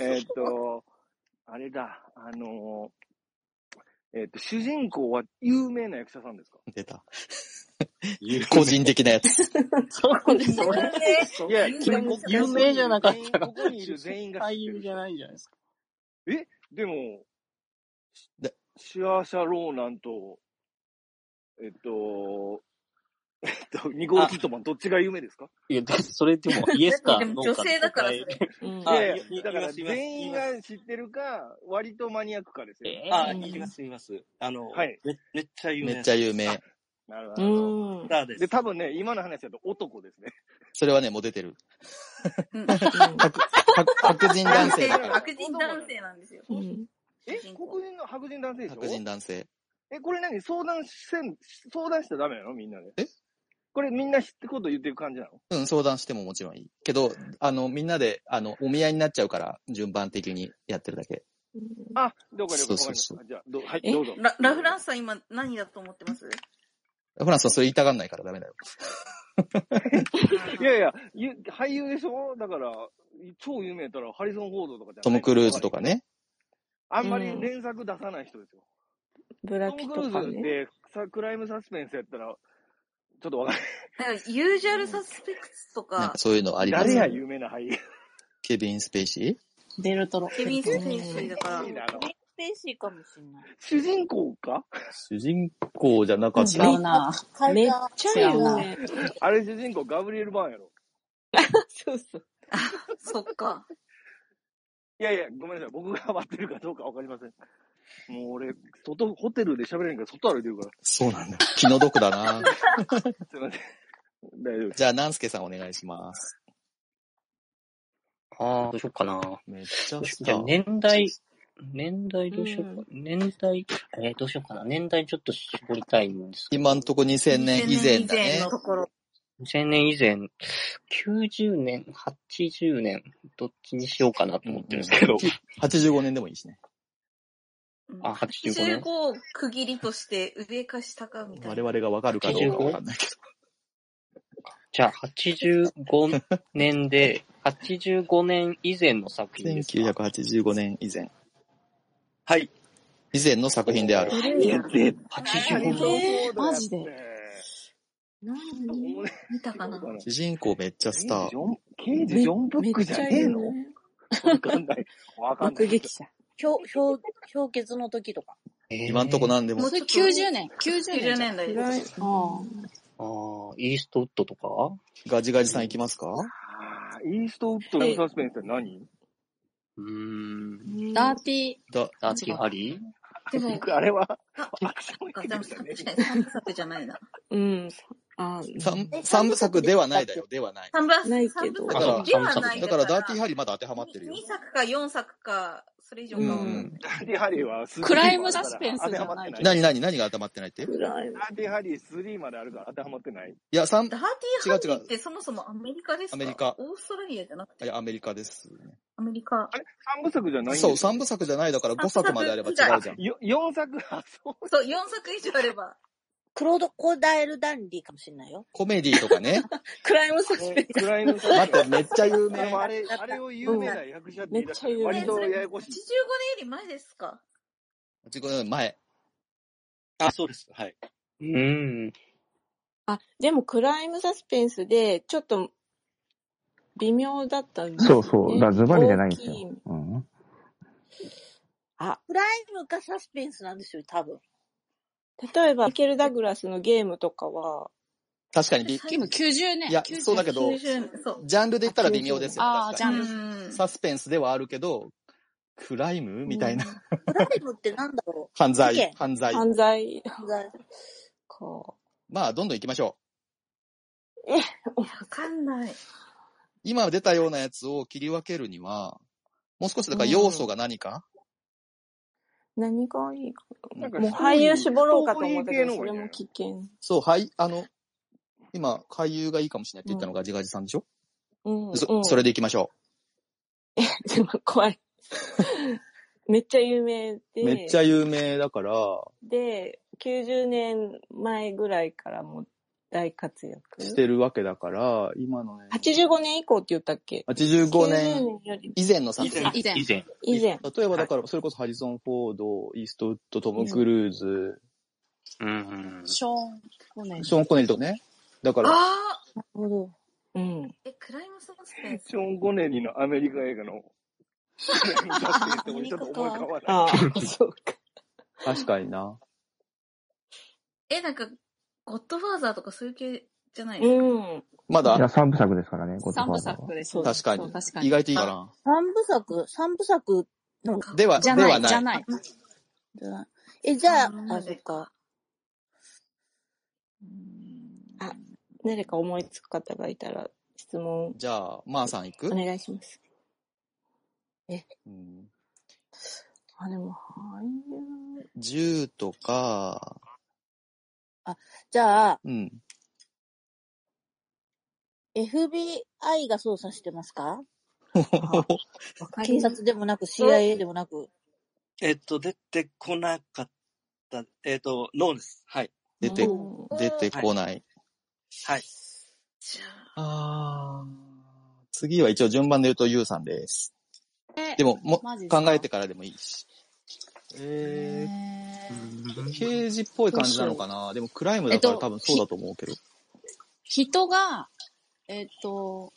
Speaker 8: えーっと、あれだ、あのーえーっと、主人公は有名な役者さんですか
Speaker 2: 出た。
Speaker 3: い
Speaker 2: 個人的なやつ。
Speaker 9: そうです
Speaker 7: それ
Speaker 9: ね。
Speaker 7: ね。
Speaker 8: いや、
Speaker 6: 有
Speaker 8: これ
Speaker 6: 名
Speaker 8: ここ
Speaker 9: 有名じゃなかったら
Speaker 8: ここにいる全員ここ
Speaker 9: 俳
Speaker 8: にい
Speaker 9: 優
Speaker 8: る全員が知ってる
Speaker 9: じゃないじゃないですか。
Speaker 8: え、でも
Speaker 2: で、
Speaker 8: シュアーシャ・ローナンと、えっと、えっと、ニコール・キットマン、どっちが有名ですか
Speaker 1: いや、だってそれで も、イエスか
Speaker 6: で
Speaker 1: ノ
Speaker 6: も
Speaker 1: ー
Speaker 6: 女
Speaker 1: かの
Speaker 6: 性だから
Speaker 1: 答
Speaker 6: そ
Speaker 1: え。
Speaker 6: れ。
Speaker 5: うん
Speaker 8: い
Speaker 3: あ
Speaker 8: やい
Speaker 3: い
Speaker 8: や、だか
Speaker 3: い
Speaker 8: ら
Speaker 3: ます
Speaker 8: 全員が知ってるか、割とマニアックかですよ。
Speaker 1: え
Speaker 3: あ、
Speaker 1: ー
Speaker 3: います、います。あの、
Speaker 8: はい
Speaker 3: めめっちゃ有名。
Speaker 2: めっちゃ有名。
Speaker 8: なるほ
Speaker 5: う
Speaker 8: どなるほ
Speaker 5: ん
Speaker 3: ス。ターで
Speaker 8: ど。
Speaker 3: す。
Speaker 8: で、多分ね、今の話だと男ですね。
Speaker 2: それはね、もう出てる。
Speaker 6: うん
Speaker 2: 白 白白人男性だから。
Speaker 8: 男
Speaker 6: 白人男性なんですよ。
Speaker 5: うん。
Speaker 8: え
Speaker 6: 主、人公
Speaker 8: 黒人の白人男性でしょ
Speaker 2: 白人男性。
Speaker 8: え、これ何相談せん、相談しちゃダメなのみんなで。
Speaker 2: え
Speaker 8: これみんな知ってこと言ってる感じなの
Speaker 2: うん、相談してももちろんいい。けど、あの、みんなで、あの、お見合いになっちゃうから、順番的にやってるだけ。
Speaker 8: あ、了解了解、わかり
Speaker 2: そう
Speaker 8: ま
Speaker 2: そう
Speaker 8: し
Speaker 2: そ
Speaker 8: た。じゃあ、どはい、
Speaker 5: え
Speaker 8: どうぞ。
Speaker 6: ララフランスさん今何だと思ってます
Speaker 2: フランスはそれ言いたがんないからダメだよ。
Speaker 8: いやいや、ゆ俳優でしょだから、超有名やったら、ハリソン・フォードとかじゃない
Speaker 2: トム・クルーズとかね。
Speaker 8: あんまり連作出さない人ですよ。
Speaker 5: ブラ
Speaker 8: ト
Speaker 5: ピ
Speaker 8: ム・
Speaker 5: と
Speaker 8: クル
Speaker 5: か
Speaker 8: ーズっ
Speaker 5: ね。
Speaker 8: てさ、クライムサスペンスやったら、ちょっとわかんない。
Speaker 6: なんか、ユージュアルサスペクツと
Speaker 2: なん
Speaker 6: か
Speaker 2: か、そういうのあります
Speaker 8: 誰
Speaker 2: よ
Speaker 8: や、
Speaker 2: ね。
Speaker 8: 有名な俳優。
Speaker 2: ケビン・スペイシ
Speaker 9: デルトロ。
Speaker 6: ケビン・スペイシ
Speaker 8: う
Speaker 6: ー
Speaker 8: ん
Speaker 6: だから
Speaker 8: いい、な
Speaker 7: ケビンスペーシーかもしんない。
Speaker 8: 主人公か
Speaker 2: ー主人公じゃなかっ
Speaker 9: 違
Speaker 2: た。
Speaker 9: うな
Speaker 7: カイ
Speaker 5: めっ
Speaker 7: ザ
Speaker 5: ちゃい
Speaker 9: 違う
Speaker 5: る
Speaker 9: な
Speaker 5: ね。
Speaker 8: あれ主人公、ガブリエル・バーンやろ。
Speaker 5: そうそう。
Speaker 6: そっか。
Speaker 8: いやいや、ごめんなさい。僕が割ってるかどうかわかりません。もう俺、外、ホテルで喋れんから外歩いてるから。
Speaker 2: そうなんだ。気の毒だな。
Speaker 8: すいません。大丈夫です。
Speaker 2: じゃあ、ナンスケさんお願いします。
Speaker 1: ああ、どうしようかな。
Speaker 2: めっちゃ好き
Speaker 1: じゃ
Speaker 2: だ
Speaker 1: あ。年代、年代どうしようか。年代、えーどうしようかな。年代ちょっと絞りたいんですけど。
Speaker 2: 今んとこ2000年以前だね
Speaker 6: 2000年以前の。ところ。
Speaker 1: 2000年以前、90年、80年、どっちにしようかなと思ってるんですけど。
Speaker 2: 85年でもいいしね。
Speaker 1: あ、85
Speaker 6: 15
Speaker 1: 年。
Speaker 6: を区切りとして上か下かみたい
Speaker 2: 我
Speaker 6: な。
Speaker 2: 々がわかるかどうかわかんないけ
Speaker 1: じゃあ、85年で、85年以前の作
Speaker 2: ど。
Speaker 1: 品ですか。
Speaker 2: 1985年以前。
Speaker 3: はい。
Speaker 2: 以前の作品である。
Speaker 9: 古いやん。
Speaker 8: 絶
Speaker 1: 85
Speaker 8: 対そう
Speaker 1: 年。
Speaker 8: だよ
Speaker 9: マジで
Speaker 8: って
Speaker 9: 何
Speaker 6: 見たかな
Speaker 8: 俺
Speaker 2: 主人公めっちゃスター。
Speaker 8: 刑事ジョン刑事ジョンブックじゃねえの
Speaker 9: めっちゃいる
Speaker 8: わかんない。わかんな
Speaker 9: 目
Speaker 8: い。
Speaker 9: 撃者。
Speaker 7: 氷、氷、氷結の時とか。
Speaker 2: 今んとこ
Speaker 1: な。
Speaker 2: 何でも
Speaker 6: も
Speaker 9: そうれ
Speaker 6: ちょっと
Speaker 9: 90年。90年
Speaker 6: 90
Speaker 9: じゃ
Speaker 6: 年
Speaker 9: ん。
Speaker 6: 代
Speaker 5: 暗い。
Speaker 9: あ
Speaker 1: ああ、イーストウッドとか
Speaker 2: ガジガジさん行きますか
Speaker 8: あーイーストウッドのサスペンスって何
Speaker 1: うーん。
Speaker 9: あ。ダーティー。
Speaker 2: だ、
Speaker 1: ダーティーハリー
Speaker 6: でも、
Speaker 8: あれは、
Speaker 6: あ、
Speaker 8: アクション
Speaker 6: あ
Speaker 8: 映
Speaker 6: で
Speaker 8: 画
Speaker 6: も
Speaker 8: じゃ
Speaker 6: さ
Speaker 8: ね
Speaker 6: 確かに三部作じゃないな。
Speaker 5: うん。あ
Speaker 2: 三
Speaker 7: え
Speaker 2: 三部作ではないだよ、ではない。
Speaker 6: 三部
Speaker 5: ない
Speaker 6: 三
Speaker 5: け
Speaker 6: 部
Speaker 5: ど
Speaker 2: だから
Speaker 6: 作ではない
Speaker 2: だから、ダーティーハリーまだ当てはまってるよ
Speaker 6: 2。作か4作か、それ以上
Speaker 1: う
Speaker 6: かは
Speaker 9: う
Speaker 6: 分か
Speaker 9: ん
Speaker 1: ん
Speaker 6: んない。
Speaker 8: ダーティーハリーは3
Speaker 9: クライ
Speaker 8: ま
Speaker 9: ム
Speaker 8: であ
Speaker 9: サス
Speaker 8: るか
Speaker 9: ペ
Speaker 8: ら
Speaker 9: ン
Speaker 8: 当
Speaker 9: ス
Speaker 8: て
Speaker 9: じ
Speaker 8: は
Speaker 9: ゃ
Speaker 8: まっ
Speaker 9: な
Speaker 8: て
Speaker 9: いけ
Speaker 8: ない。
Speaker 9: ど。
Speaker 8: ダ
Speaker 2: 何、何、何が当てはまってないってい
Speaker 5: 暗い。
Speaker 8: ーティーハリー3まであるから当てはまってない。
Speaker 2: や、三
Speaker 6: ダーテ、ィーハンディってそもそもアメリカですか
Speaker 2: アメリカ
Speaker 6: オーストラリアじゃなく
Speaker 2: い
Speaker 6: て、
Speaker 2: や、アメリカです、ね。
Speaker 6: アメリカ。
Speaker 8: あれ ?3 部作じゃないん
Speaker 2: そう、
Speaker 8: ですか
Speaker 2: 三部作じゃないだから5作まであれば違うじゃん。
Speaker 8: よ4作、あ、そう。
Speaker 6: そう、4作以上あれば。
Speaker 7: クロードコダイルダンディかもしれないよ。
Speaker 2: コメディとかね。
Speaker 5: クライムサスペン
Speaker 8: クライムサ
Speaker 2: 待
Speaker 8: ス
Speaker 2: っ
Speaker 8: ペ
Speaker 2: て、
Speaker 8: ンス。
Speaker 2: めっちゃ有
Speaker 8: で
Speaker 2: 名
Speaker 8: も。あれ、あれを有名な役者って言い出した
Speaker 9: め
Speaker 8: ら
Speaker 9: っちゃ有
Speaker 8: 割
Speaker 9: 名
Speaker 6: え、そ
Speaker 8: と
Speaker 6: れ、85
Speaker 8: ややこ
Speaker 6: 年
Speaker 8: しい。
Speaker 6: より前ですか
Speaker 2: 85年前。
Speaker 3: あ、そうです。はい。
Speaker 1: うーん。
Speaker 5: あ、でもクライムサスペンスで、ちょっと微妙だったんで
Speaker 4: そう
Speaker 5: すよ
Speaker 4: そう。だか
Speaker 5: ね。
Speaker 4: らズバリじゃないん
Speaker 5: 大
Speaker 4: ですよ
Speaker 5: きい。
Speaker 4: うん。
Speaker 5: あ、
Speaker 7: プライムかサスペンスなんですよ、多分。
Speaker 5: 例えば、マイケル・ダグラスのゲームとかは、
Speaker 2: 確かにび、
Speaker 9: でも
Speaker 6: 最
Speaker 9: 90年。
Speaker 2: いや、
Speaker 9: 90
Speaker 2: そうだけど、
Speaker 6: 90年、そう。
Speaker 2: ジャンルで言ったら微妙ですよね、
Speaker 9: ああ、
Speaker 2: 確
Speaker 9: ジ
Speaker 2: か
Speaker 9: ャ
Speaker 2: に
Speaker 6: う
Speaker 9: ンル。
Speaker 2: ね。
Speaker 6: ん。
Speaker 2: サスペンスではあるけど、クライムみたいな。
Speaker 7: プライムってなんだろ
Speaker 2: 犯
Speaker 7: う事
Speaker 2: 罪、
Speaker 7: 件
Speaker 2: 犯罪。
Speaker 5: 犯罪
Speaker 7: 犯罪
Speaker 5: か。
Speaker 2: まあ、どんどん行きましょう。
Speaker 6: いや、わかんない。
Speaker 2: 今出たようなやつを切り分けるには、もう少しだから要
Speaker 5: う
Speaker 2: 素
Speaker 5: ん。
Speaker 2: が何か、
Speaker 5: 何がいいか。
Speaker 2: う
Speaker 8: なん
Speaker 2: ん
Speaker 8: か
Speaker 5: もう
Speaker 8: ストー
Speaker 5: 俳優
Speaker 8: リー、
Speaker 5: 絞
Speaker 8: ス
Speaker 5: ろ
Speaker 8: ト
Speaker 5: うか
Speaker 8: ー
Speaker 5: と思
Speaker 8: リ
Speaker 5: っ
Speaker 8: ー
Speaker 5: たけ
Speaker 8: 系
Speaker 5: ど、
Speaker 8: の
Speaker 5: そ
Speaker 8: 方がい
Speaker 5: れも
Speaker 8: いんじゃないの
Speaker 5: 危険。
Speaker 2: そう、はい、あの、今、俳優がいいかもしれないっ
Speaker 5: う
Speaker 2: て言ったの
Speaker 5: ん。
Speaker 2: がジガジさんでしょ
Speaker 5: うん、
Speaker 2: そ、
Speaker 5: う
Speaker 2: それ
Speaker 5: ん。
Speaker 2: で行きましょ
Speaker 5: でも 怖い。 めっちゃ有名
Speaker 2: う。めっち
Speaker 5: で、
Speaker 2: ゃ有名だから、
Speaker 5: で、90年前ぐらいからもう大活
Speaker 2: し
Speaker 5: 躍。
Speaker 2: てるわけだから、今のね、
Speaker 5: 85年以降って言ったっけ
Speaker 2: 85
Speaker 5: ?90
Speaker 2: 年
Speaker 5: 年より
Speaker 2: 以前の作
Speaker 3: 以
Speaker 2: 品
Speaker 3: 前
Speaker 9: あ、。以前。
Speaker 1: 以前。
Speaker 5: 以前。
Speaker 2: 例えば
Speaker 1: は
Speaker 2: だ
Speaker 1: い。
Speaker 2: から、それこそハリソン・フォード、イーストウッド、ト
Speaker 5: う
Speaker 2: ム・ク
Speaker 5: ん。
Speaker 2: ルーズ、
Speaker 1: うーん。
Speaker 9: ショーン・コネ
Speaker 2: ショーン・コネリとかね。だから、
Speaker 6: あー
Speaker 7: なるほど。
Speaker 5: うん。
Speaker 6: え、クライムサスペンス
Speaker 8: ショーン・ゴネリーのアメリカ映画のクライムサスペンスっ
Speaker 7: ア
Speaker 8: て
Speaker 7: メ
Speaker 8: 俺
Speaker 7: リ
Speaker 8: ちょっ
Speaker 7: カ
Speaker 8: と思い浮
Speaker 7: か
Speaker 8: か。ばない。
Speaker 5: ああ、そうか。
Speaker 2: 確かにな。
Speaker 6: え、なんか、ゴッドファーザーとかそういう系じゃないですか
Speaker 5: うん。
Speaker 2: ま
Speaker 4: いや、
Speaker 2: だ、
Speaker 4: 三部作ですからね、ゴッド
Speaker 9: 三
Speaker 4: ファ
Speaker 9: 部
Speaker 4: ーザーは。
Speaker 9: 作です
Speaker 5: そう
Speaker 9: ね。
Speaker 5: で
Speaker 2: 確
Speaker 5: す。
Speaker 2: か
Speaker 9: そう、
Speaker 2: に。
Speaker 9: 確か
Speaker 2: 意
Speaker 9: に。
Speaker 2: 外といいか
Speaker 6: あ、
Speaker 2: な。
Speaker 7: 三部作、三部作の、
Speaker 6: か、
Speaker 2: では、
Speaker 9: じゃ
Speaker 2: で
Speaker 9: な、
Speaker 2: は
Speaker 9: じ
Speaker 2: いな
Speaker 9: ゃ
Speaker 2: い。
Speaker 9: ない。
Speaker 6: うん
Speaker 7: だえ、じゃ
Speaker 6: 三
Speaker 7: あ、あ、
Speaker 6: 年
Speaker 7: そっ
Speaker 6: 代
Speaker 7: か。
Speaker 6: か。うー
Speaker 5: あ、
Speaker 6: ん
Speaker 5: 誰か思いつく方がいたら質問
Speaker 2: じゃあ、まーさん行
Speaker 5: お
Speaker 2: く
Speaker 5: 願いします。え、
Speaker 2: うん。
Speaker 5: あ、でも俳優。
Speaker 2: 10とか、
Speaker 7: じゃあ、
Speaker 2: うん。
Speaker 7: FBI が捜査してますか
Speaker 5: あ、わか
Speaker 7: 警
Speaker 5: ります。
Speaker 7: 察でもなく
Speaker 3: あ
Speaker 7: CIA でもなく。
Speaker 3: えっと、出てこなかった。えっと、ノーです。はい。
Speaker 2: 出
Speaker 5: う
Speaker 2: て、
Speaker 5: ん。
Speaker 2: 出て
Speaker 3: はい。
Speaker 2: こない。
Speaker 3: はい。
Speaker 6: じゃあ、
Speaker 2: あー次は一応順番で言うと、ゆうさんです。
Speaker 9: え、
Speaker 2: でも、も、
Speaker 9: マジです
Speaker 2: 考え
Speaker 9: か
Speaker 2: てからでもいいし。え
Speaker 9: え
Speaker 1: う
Speaker 9: ー、
Speaker 2: ー、
Speaker 1: ーん
Speaker 2: 刑事っぽい
Speaker 9: どう
Speaker 2: 感じ
Speaker 9: し
Speaker 2: な
Speaker 9: よ
Speaker 2: の
Speaker 9: う。
Speaker 2: かなでも、クライム
Speaker 9: えっ
Speaker 2: だから
Speaker 9: と、
Speaker 2: 多分そうだ
Speaker 9: ひ、
Speaker 2: と思うけど。
Speaker 9: 人が、えっと、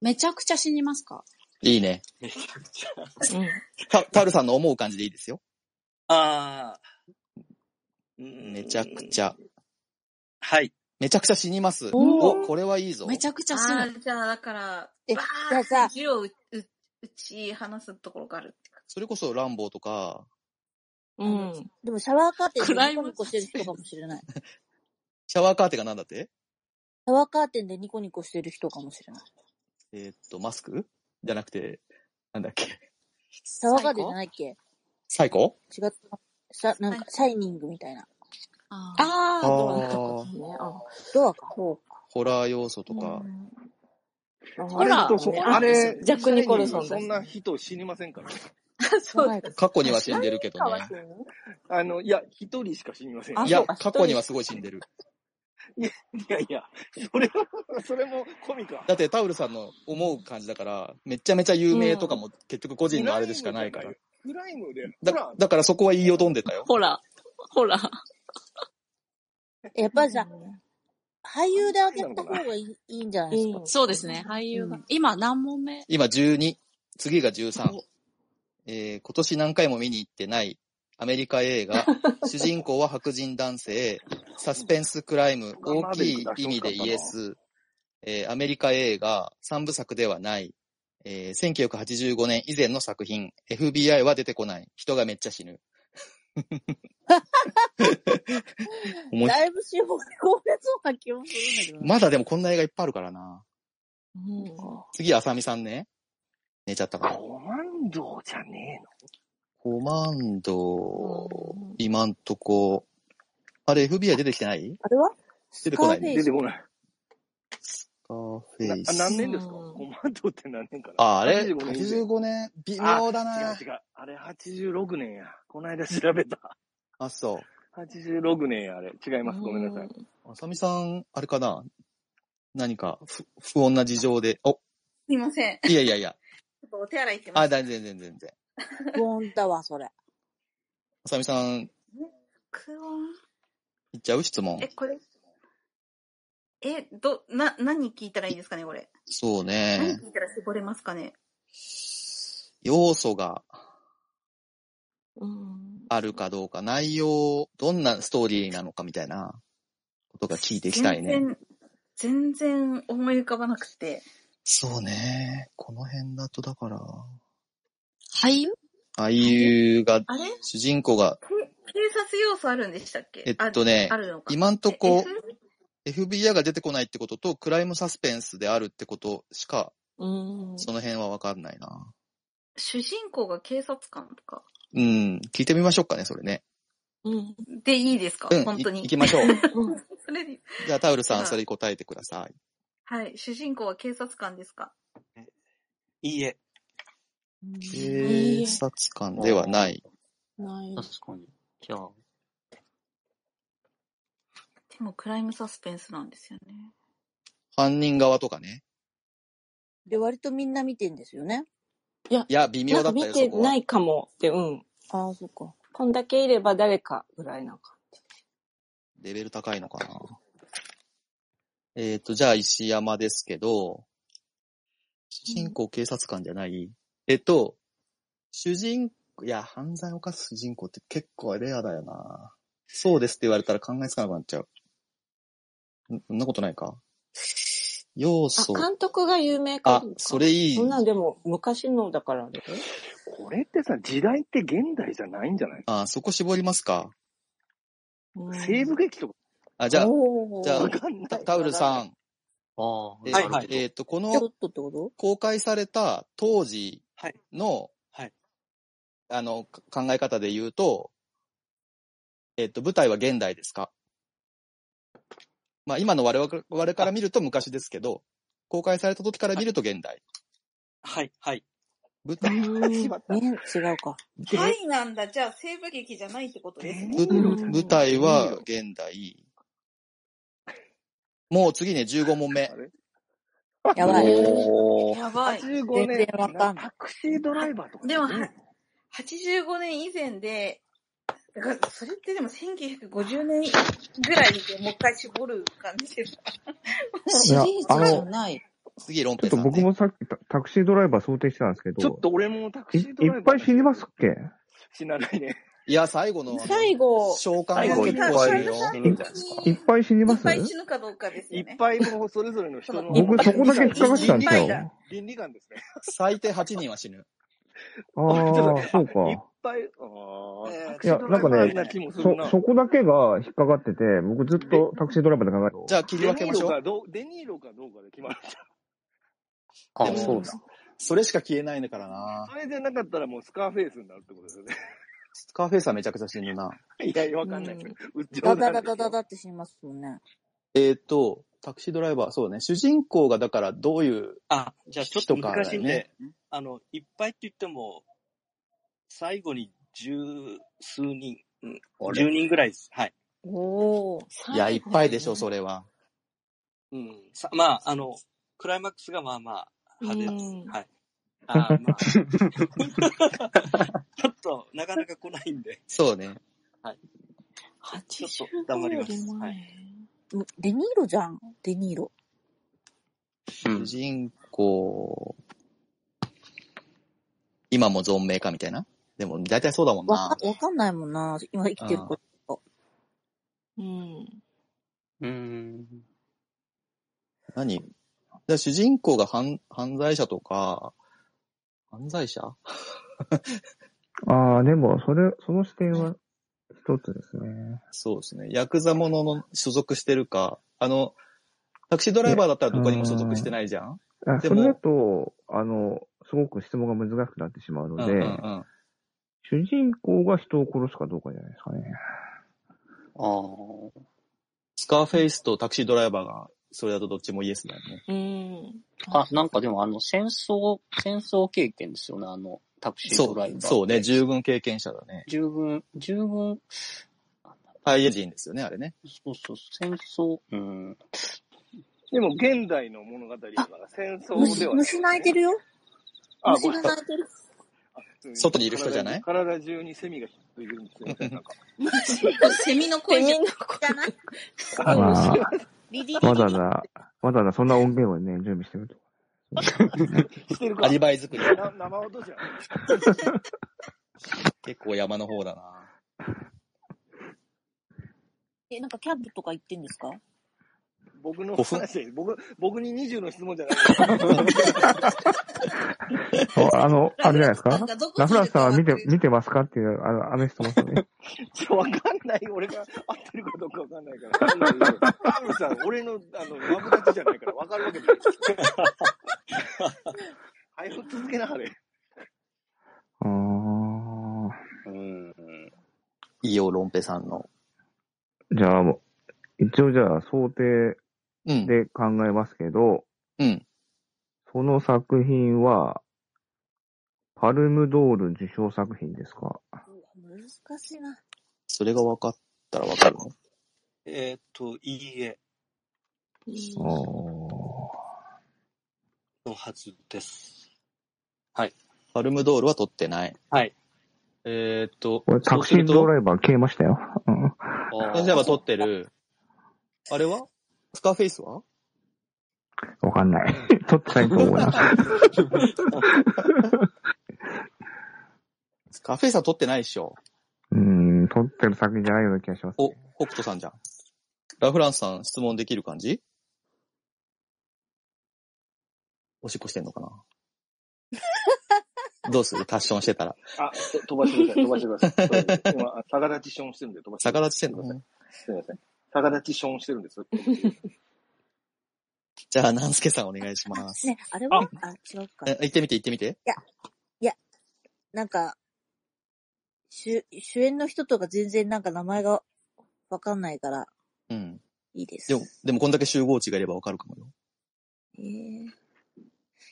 Speaker 9: めちゃくちゃ死にますか
Speaker 2: いいね。
Speaker 3: めちゃくちゃ。
Speaker 5: うん。
Speaker 2: た、タルさんの思う感じでいいですよ。
Speaker 3: ああ、うー
Speaker 2: めちゃく
Speaker 3: ん。
Speaker 2: ちゃ。
Speaker 3: はい。
Speaker 2: めちゃくちゃ死にます。お、
Speaker 9: おお
Speaker 2: これはいい
Speaker 9: め
Speaker 2: ぞ。
Speaker 9: ちゃくちゃ死
Speaker 6: あ
Speaker 9: ぬ。
Speaker 6: ーじゃあ、だから、
Speaker 7: え、
Speaker 6: バ
Speaker 7: じゃ
Speaker 6: ー
Speaker 7: あ
Speaker 6: って
Speaker 7: さ、
Speaker 6: 銃をうう打ち話すところがあるって感
Speaker 2: それこそ、ランボーとか、
Speaker 5: う
Speaker 7: あの、
Speaker 5: ん。
Speaker 7: でもシャワーカーテン
Speaker 9: ク
Speaker 7: で
Speaker 9: ラ
Speaker 7: ニ
Speaker 9: イ
Speaker 7: コ
Speaker 9: ム
Speaker 7: ニコし
Speaker 9: サ
Speaker 7: てる
Speaker 9: スペ
Speaker 7: 人
Speaker 9: ン
Speaker 7: かもしれない。シ
Speaker 2: シャワーカーテンがなんだって
Speaker 7: ャワーカーテンでニコニコしてる人かもしれない。
Speaker 2: えーっと、マスクじゃなくて、なんだっけ。
Speaker 7: 騒がでじゃないっけ
Speaker 2: サイコ
Speaker 7: 違った。さ、なんか、シャイニングみたいな。
Speaker 9: あー
Speaker 5: ああ、
Speaker 2: あー
Speaker 5: ドアとかですね。あ
Speaker 7: ドアか。
Speaker 5: そうか。
Speaker 2: ホラー要素とか
Speaker 5: う。んあ
Speaker 8: あれ
Speaker 5: ホラー
Speaker 8: と
Speaker 5: は
Speaker 8: そ
Speaker 5: ね、、
Speaker 8: あれ、
Speaker 5: ジャック・ニコルソン
Speaker 8: そ
Speaker 5: だし
Speaker 8: んな人死にませんから。
Speaker 9: そ
Speaker 7: や
Speaker 9: う
Speaker 7: ば
Speaker 9: だ
Speaker 7: いです。
Speaker 2: 過去には死んでるけど
Speaker 5: かは
Speaker 2: ね
Speaker 5: 死。ぬ
Speaker 8: あの、いや、一人しか死にませんよ。
Speaker 7: あ
Speaker 2: い
Speaker 8: い
Speaker 2: や、
Speaker 7: そうか
Speaker 2: 過去にはすごい死んでる。
Speaker 8: やいや、それは、それもコミカ。
Speaker 2: だってタウルさんの思う感じだから、めちゃめちゃ有名とかも結局個人のあれでしかないから。
Speaker 8: フライムで、ほ
Speaker 2: だ
Speaker 8: ら、
Speaker 2: だからそこは言いよどんでたよ。
Speaker 9: ほら、ほら。
Speaker 7: やっぱりさ、俳優で上げた
Speaker 8: なのかな
Speaker 7: 方がいいいいんじゃないで
Speaker 5: い
Speaker 7: す
Speaker 5: い
Speaker 7: か。
Speaker 5: ん
Speaker 9: そうですね、俳優が。
Speaker 5: うん
Speaker 9: 今何問目
Speaker 2: 今12、次が13
Speaker 9: お。
Speaker 2: えー今年何回も見に行ってないアメリカ映画、主人公は白人男性、サスペンスクライム、大きい意味でイエス、えーアメリカ映画、三部作ではない、えー1985年以前の作品、FBI は出てこない、人がめっちゃ死ぬ。思い
Speaker 7: だいぶ絞り込めそうな気もするんだけどな。
Speaker 2: まだでもこんな映画いっぱいあるからな。
Speaker 9: うん。
Speaker 2: 次、あさみさんね。寝ちゃったから。
Speaker 8: コマンドーじゃね
Speaker 2: コマンド
Speaker 9: うん、
Speaker 2: 今んとこ、あれ FBI 出てきてない
Speaker 7: あれは
Speaker 2: 出
Speaker 7: ス
Speaker 2: て
Speaker 7: カ
Speaker 2: こな
Speaker 7: ー
Speaker 2: い
Speaker 7: フ
Speaker 8: え
Speaker 7: ェ
Speaker 8: の。
Speaker 2: ね。
Speaker 7: イ
Speaker 8: 出
Speaker 7: ス
Speaker 8: て。こない。
Speaker 2: スカーフ
Speaker 8: な
Speaker 2: ェイ
Speaker 8: あ何
Speaker 2: ス。
Speaker 8: 年ですか
Speaker 9: うん
Speaker 8: コマンドーって何年かな
Speaker 2: あ、あれ
Speaker 8: ?85 年以
Speaker 2: 85年、
Speaker 8: 前。
Speaker 2: 微
Speaker 8: あ、
Speaker 2: 妙だな
Speaker 8: 違う違う。あれ86年や。この間調べた。
Speaker 2: あ、そ
Speaker 8: 86年や、あれ。違います。ごめんなさい。
Speaker 2: う。あさみさん、あれかな何か不、不穏な事情で。お、
Speaker 6: すいません。ち
Speaker 2: いやいやいや。
Speaker 6: ょっとお手洗い行ってま
Speaker 2: あ、
Speaker 6: す。
Speaker 2: だ全然全然。
Speaker 7: 不穏だわ、それ。
Speaker 2: あさみさん、
Speaker 6: クオン
Speaker 2: いっちゃう質問
Speaker 6: え、。これえ、ど、な、何聞いたらいいですかね、これ。
Speaker 2: そう
Speaker 6: 何
Speaker 2: ね。
Speaker 6: 聞いたら絞れますかね。
Speaker 2: 要素が
Speaker 5: うん。
Speaker 2: あるかどうか、内容、どんなストーリーなのかみたいなことが聞いていきたい
Speaker 6: 全
Speaker 2: ね。
Speaker 6: 然、全然思い浮かばなくて。
Speaker 2: そうね。この辺だとだから、
Speaker 9: 俳優
Speaker 2: 俳優が、
Speaker 6: あれけ
Speaker 2: 主人公が、
Speaker 6: 警察要素あるんでしたっけ
Speaker 2: えっとね
Speaker 6: ああるのか。
Speaker 2: 今んとこ
Speaker 6: え F？
Speaker 2: FBI が出てこないってことと、クライムサスペンスであるってことしか、
Speaker 5: うん。
Speaker 2: その辺はわかんないな。
Speaker 6: 主人公が警察官とか。
Speaker 2: うん、聞いてみましょうかね、それね。
Speaker 5: うん。
Speaker 6: でいいですか、
Speaker 2: うん、
Speaker 6: 本
Speaker 2: い
Speaker 6: 当に。
Speaker 2: 行きましょう。
Speaker 5: うん
Speaker 6: それで
Speaker 2: じゃあ、タウルさ
Speaker 6: じゃ
Speaker 2: ん、
Speaker 6: あ
Speaker 2: それに答えてください。
Speaker 6: はい。主人公は警察官ですか
Speaker 3: いいえ。
Speaker 2: 警察官ではない。
Speaker 7: ない。
Speaker 1: 確かに。じゃあ、
Speaker 6: でもクライムサスペンスなんですよね。
Speaker 2: 犯人側とかね。
Speaker 7: で、割とみんな見てんですよね。
Speaker 2: いや、微
Speaker 5: な
Speaker 2: 妙
Speaker 5: ん
Speaker 2: だ
Speaker 5: か
Speaker 2: った
Speaker 5: 見
Speaker 2: よ、そ
Speaker 5: て
Speaker 2: こ
Speaker 5: な
Speaker 2: は。
Speaker 5: いかもって、うん。
Speaker 7: ああ、そっか。
Speaker 5: こんだけいれば誰かぐらいな感じ。
Speaker 2: レベル高いのかな。えっ、と、じゃあ、石山ですけど、主人公警察官じゃない。えっと、主人、いや、犯罪を犯す主人公って結構レアだよな。そうですって言われたら考えつかなくなっちゃう。んそんなことないか。要
Speaker 5: あ、
Speaker 2: 素。
Speaker 5: 監督が有名か
Speaker 2: あ
Speaker 5: どう、か。
Speaker 2: それいい
Speaker 5: そん。なんでも昔のだからあれだよ
Speaker 8: これってさ、時代って現代じゃないんじゃない
Speaker 2: あ、そこ絞りますか。
Speaker 5: うん
Speaker 8: 西部劇とか
Speaker 2: あ、じゃあ、
Speaker 7: おー
Speaker 2: じゃあ
Speaker 8: わかんな
Speaker 2: タ
Speaker 8: い。
Speaker 2: タウルさん。
Speaker 1: ああ、
Speaker 2: え
Speaker 1: なるほど。
Speaker 3: はい
Speaker 2: えっ、と、こ
Speaker 7: ちょ
Speaker 2: の
Speaker 7: っとってこと
Speaker 2: 公開された当時
Speaker 3: はい。
Speaker 2: の、
Speaker 3: はい。
Speaker 2: あの、か考え方で言うと、えっ、と、舞台は現代ですかまあ、今の我々我々から見ると昔ですけど、公開された時から見ると現代。
Speaker 3: はい。はい。
Speaker 2: 舞
Speaker 7: う
Speaker 2: 台、
Speaker 7: ー
Speaker 8: し
Speaker 7: ん
Speaker 8: まっ。た。
Speaker 7: ね、違うか。
Speaker 6: はいなんだ。じゃあ西部劇じゃないってこと
Speaker 8: デ
Speaker 6: ですね。
Speaker 8: ニーロじゃん。
Speaker 2: 舞台
Speaker 8: デニー
Speaker 2: は
Speaker 8: ロ
Speaker 2: 現代。もう次ね、15問目
Speaker 8: あ。れ
Speaker 7: やばい。
Speaker 2: おー
Speaker 6: やばい。
Speaker 8: 85
Speaker 7: 全
Speaker 8: 年
Speaker 7: 然わかんない。
Speaker 8: タクシードライバーとか。
Speaker 6: でも、は85年以前で、だからそれってでも1950年ぐらいでもう一回絞る感じですか
Speaker 4: い
Speaker 9: シ
Speaker 4: や、
Speaker 9: リ
Speaker 4: あ
Speaker 9: ーズじゃ
Speaker 4: の、
Speaker 9: ない。
Speaker 2: 次、ロン
Speaker 4: ちょ
Speaker 2: ペ
Speaker 4: っと
Speaker 2: さん
Speaker 4: 僕
Speaker 2: ね。
Speaker 4: もさっきタタクシードライバー想定してたんですけ
Speaker 8: ちょっ
Speaker 4: ど、
Speaker 8: と俺もタク
Speaker 4: い
Speaker 8: シ
Speaker 4: い
Speaker 8: ードラ
Speaker 4: っ
Speaker 8: イ
Speaker 4: ぱ
Speaker 8: バー
Speaker 4: い
Speaker 8: だ
Speaker 4: 死
Speaker 8: け
Speaker 4: に
Speaker 8: ど
Speaker 4: ますっけ
Speaker 8: 死なな いね。
Speaker 2: いや、最後のあの、
Speaker 7: 最後、
Speaker 2: 召喚
Speaker 1: 最
Speaker 2: が
Speaker 1: 後い
Speaker 2: 結
Speaker 1: っ
Speaker 2: 構
Speaker 1: ぱ
Speaker 2: 死
Speaker 1: い
Speaker 2: ぬよ。
Speaker 1: 死
Speaker 4: い
Speaker 1: ぬんじゃないですか。
Speaker 4: いっぱい死に
Speaker 6: い
Speaker 4: ま
Speaker 6: っ
Speaker 4: す
Speaker 6: ぱい死ぬかどうかです
Speaker 8: い
Speaker 6: よ
Speaker 8: っ
Speaker 6: ね。
Speaker 8: ぱいもうそれぞれの人の
Speaker 6: いっ
Speaker 4: 僕
Speaker 6: ぱい
Speaker 4: そこだけ
Speaker 8: 倫
Speaker 4: 引っかかってたんです
Speaker 8: 倫理観、
Speaker 4: よ。
Speaker 8: 倫理観ですね。
Speaker 2: 最低8人は死ぬ。
Speaker 4: あ
Speaker 8: あ、ちょっ
Speaker 4: あ、
Speaker 8: と、
Speaker 4: そ
Speaker 8: あ、
Speaker 4: う
Speaker 8: いっ
Speaker 4: か。
Speaker 8: ぱい、あータク
Speaker 4: い
Speaker 8: シ
Speaker 4: や
Speaker 8: ード、
Speaker 4: な
Speaker 8: ラ
Speaker 4: んかね、
Speaker 8: イバーな気もする
Speaker 4: そ、
Speaker 8: な。
Speaker 4: そこだけが引っかかってて、僕ずっとタクシードライバーで考え
Speaker 2: じゃあ切り
Speaker 8: デ
Speaker 2: 分
Speaker 8: ニ
Speaker 2: け
Speaker 8: ー
Speaker 2: まし
Speaker 8: ロ
Speaker 2: ょ
Speaker 8: かどう、デニーロかどうかで決まる。
Speaker 2: う。で
Speaker 1: あ
Speaker 2: も
Speaker 1: そう
Speaker 2: そ
Speaker 1: です。
Speaker 2: それしか消えないからな。
Speaker 8: それでなかったらもうスカーフェイスになるってことですよね。
Speaker 2: スカーフェイスはめちゃくちゃ死ぬな。
Speaker 8: いやいや、わかんないですよ。うっち
Speaker 7: ダダダダダダってしますもんね。
Speaker 2: えっ、と、タクシードライバー、そうね。主人公がだからどういう、
Speaker 3: あ、じゃあちょっと難しいん
Speaker 2: 人
Speaker 3: で、あの、いっぱいって言っても、最後に十数人、うん
Speaker 2: あれ
Speaker 3: 十人ぐらいです。はい。
Speaker 5: おお。
Speaker 2: いや、いっぱいでしょ、それは。
Speaker 3: うん。さまあ、あの、クライマックスがまあまあ派手です。
Speaker 5: うん
Speaker 3: はい。あー まあ、ちょっと、なかなか来ないんで、
Speaker 2: そうね。
Speaker 3: ちょっ
Speaker 5: 85
Speaker 3: と黙り
Speaker 5: よ
Speaker 3: ます
Speaker 5: り。前。
Speaker 3: はい。
Speaker 7: もうデニーロじゃん、デニーロ。
Speaker 1: うん
Speaker 2: 主。人公、今も存命かみたいな。でも、大体そうだもん
Speaker 7: わ
Speaker 2: な。
Speaker 7: かわかんないもんな、今生きてること。
Speaker 5: うん。
Speaker 1: うん。
Speaker 2: 何だから主人公が犯犯罪者とか、犯罪者
Speaker 4: ああ、でも、それ、その視点は一つですね。
Speaker 2: そうですね。ヤクザものの所属してるか。あの、タクシードライバーだったらどこにも所属してないじゃん
Speaker 4: あ
Speaker 2: で
Speaker 4: そ
Speaker 2: も
Speaker 4: れだと、あの、すごく質問が難しくなってしまうの
Speaker 2: うんうんう
Speaker 4: で、
Speaker 2: ん。
Speaker 4: 主人公が人を殺すかどうかじゃないですかね。
Speaker 1: ああ。
Speaker 2: スカーフェイスとタクシードライバーが、それだとどっちもイエスだよね。
Speaker 5: うん。
Speaker 1: あ、なんかでもあの、戦争、戦争経験ですよね、あの、タクシー
Speaker 2: そ
Speaker 1: ドライバ
Speaker 2: う、
Speaker 1: ー。
Speaker 2: そうね。。従軍経験者だね。
Speaker 1: 従軍、従軍、
Speaker 2: パイエ人ですよね、あれね。
Speaker 1: そうそう、戦争、うん。
Speaker 8: でも現代の物語だから戦争
Speaker 7: 虫
Speaker 8: で、はない。
Speaker 7: 虫鳴いてるよ。
Speaker 8: あ、
Speaker 7: 虫
Speaker 8: ごめ
Speaker 7: が
Speaker 8: んな
Speaker 7: 鳴
Speaker 8: さい
Speaker 7: いてる。
Speaker 2: 外にいる人じゃない
Speaker 8: 体中体中にセミがひっついてるんですよ。なんか
Speaker 6: セミの声
Speaker 7: セ
Speaker 6: じゃ
Speaker 7: ミ
Speaker 6: ん
Speaker 7: の子じゃない
Speaker 4: まあ、
Speaker 7: リリリリ
Speaker 4: わざわざ、わざわざそんな音源をね、準備してると。
Speaker 8: してるか
Speaker 2: アリバイ作り。
Speaker 8: な生音じゃん。
Speaker 2: 結構山の方だな。
Speaker 7: え、なんかキャンプとか行ってんですか
Speaker 8: 僕の
Speaker 2: 五分
Speaker 8: 話で、僕、僕に20の質問じゃない。
Speaker 4: そうあの、あれじゃないですか
Speaker 6: ラフランスさんがどこ
Speaker 4: ラ
Speaker 6: に
Speaker 4: フ
Speaker 6: い
Speaker 4: ランス
Speaker 6: る
Speaker 4: さ
Speaker 6: か
Speaker 4: んは見て
Speaker 6: わか、る
Speaker 4: 見てますかっていう、あの、あの質問ですよ ね。
Speaker 8: ちょ、わかんない。俺が合ってるかどうかわかんないから。カルさん、俺の、あの、マブダチじゃないからわかるわけない。早く続けなはれ。
Speaker 4: うーん。
Speaker 1: うん。
Speaker 2: いいよ、ロンペさんの。
Speaker 4: じゃあもう、一応じゃあ想定
Speaker 2: うん。
Speaker 4: で考えますけど、
Speaker 2: うん。
Speaker 4: その作品は、パルムドール受賞作品ですか
Speaker 7: うわ難しいな。
Speaker 2: それが分かったら分かるの
Speaker 3: えーっと、いいえ
Speaker 4: お
Speaker 3: のはずです。
Speaker 2: パルムドールは取ってない。
Speaker 3: はい。
Speaker 2: えーっと、
Speaker 4: これタ
Speaker 2: そう
Speaker 4: ク
Speaker 2: す
Speaker 4: シー
Speaker 2: る
Speaker 4: ド
Speaker 2: と、
Speaker 4: ライバー消えましたよ。うん
Speaker 1: あ
Speaker 2: 私は
Speaker 1: あ。
Speaker 2: 取ってる。あれはスカーフェイスは
Speaker 4: わか んない。撮ってないと思います。
Speaker 2: スカーフェイスは取ってないっしょ。
Speaker 4: うーん、撮ってる作品じゃないような気がします、
Speaker 2: お
Speaker 4: ね。、
Speaker 2: 北斗さんじゃん。ラフランスさん質問できる感じおしっこしてんのか などうするタッションしてたら。
Speaker 8: あ、と飛ばしてください。飛ばしてください。今、逆立ちションしてるんで飛ばしてく
Speaker 2: 逆
Speaker 8: ださ
Speaker 2: 立ちしてんの、
Speaker 8: い。すみません。逆立ちションしてるんです。
Speaker 2: じゃあ、南助さんお願いします。
Speaker 7: ね、あれは、あ、違うか。
Speaker 2: え、行ってみて行ってみて。
Speaker 7: なんか、主、主演の人とか全然なんか名前がわかんないから、
Speaker 2: うん。
Speaker 7: いいです。
Speaker 2: でも、でもこんだけ集合値がいればわかるかもよ。
Speaker 7: えー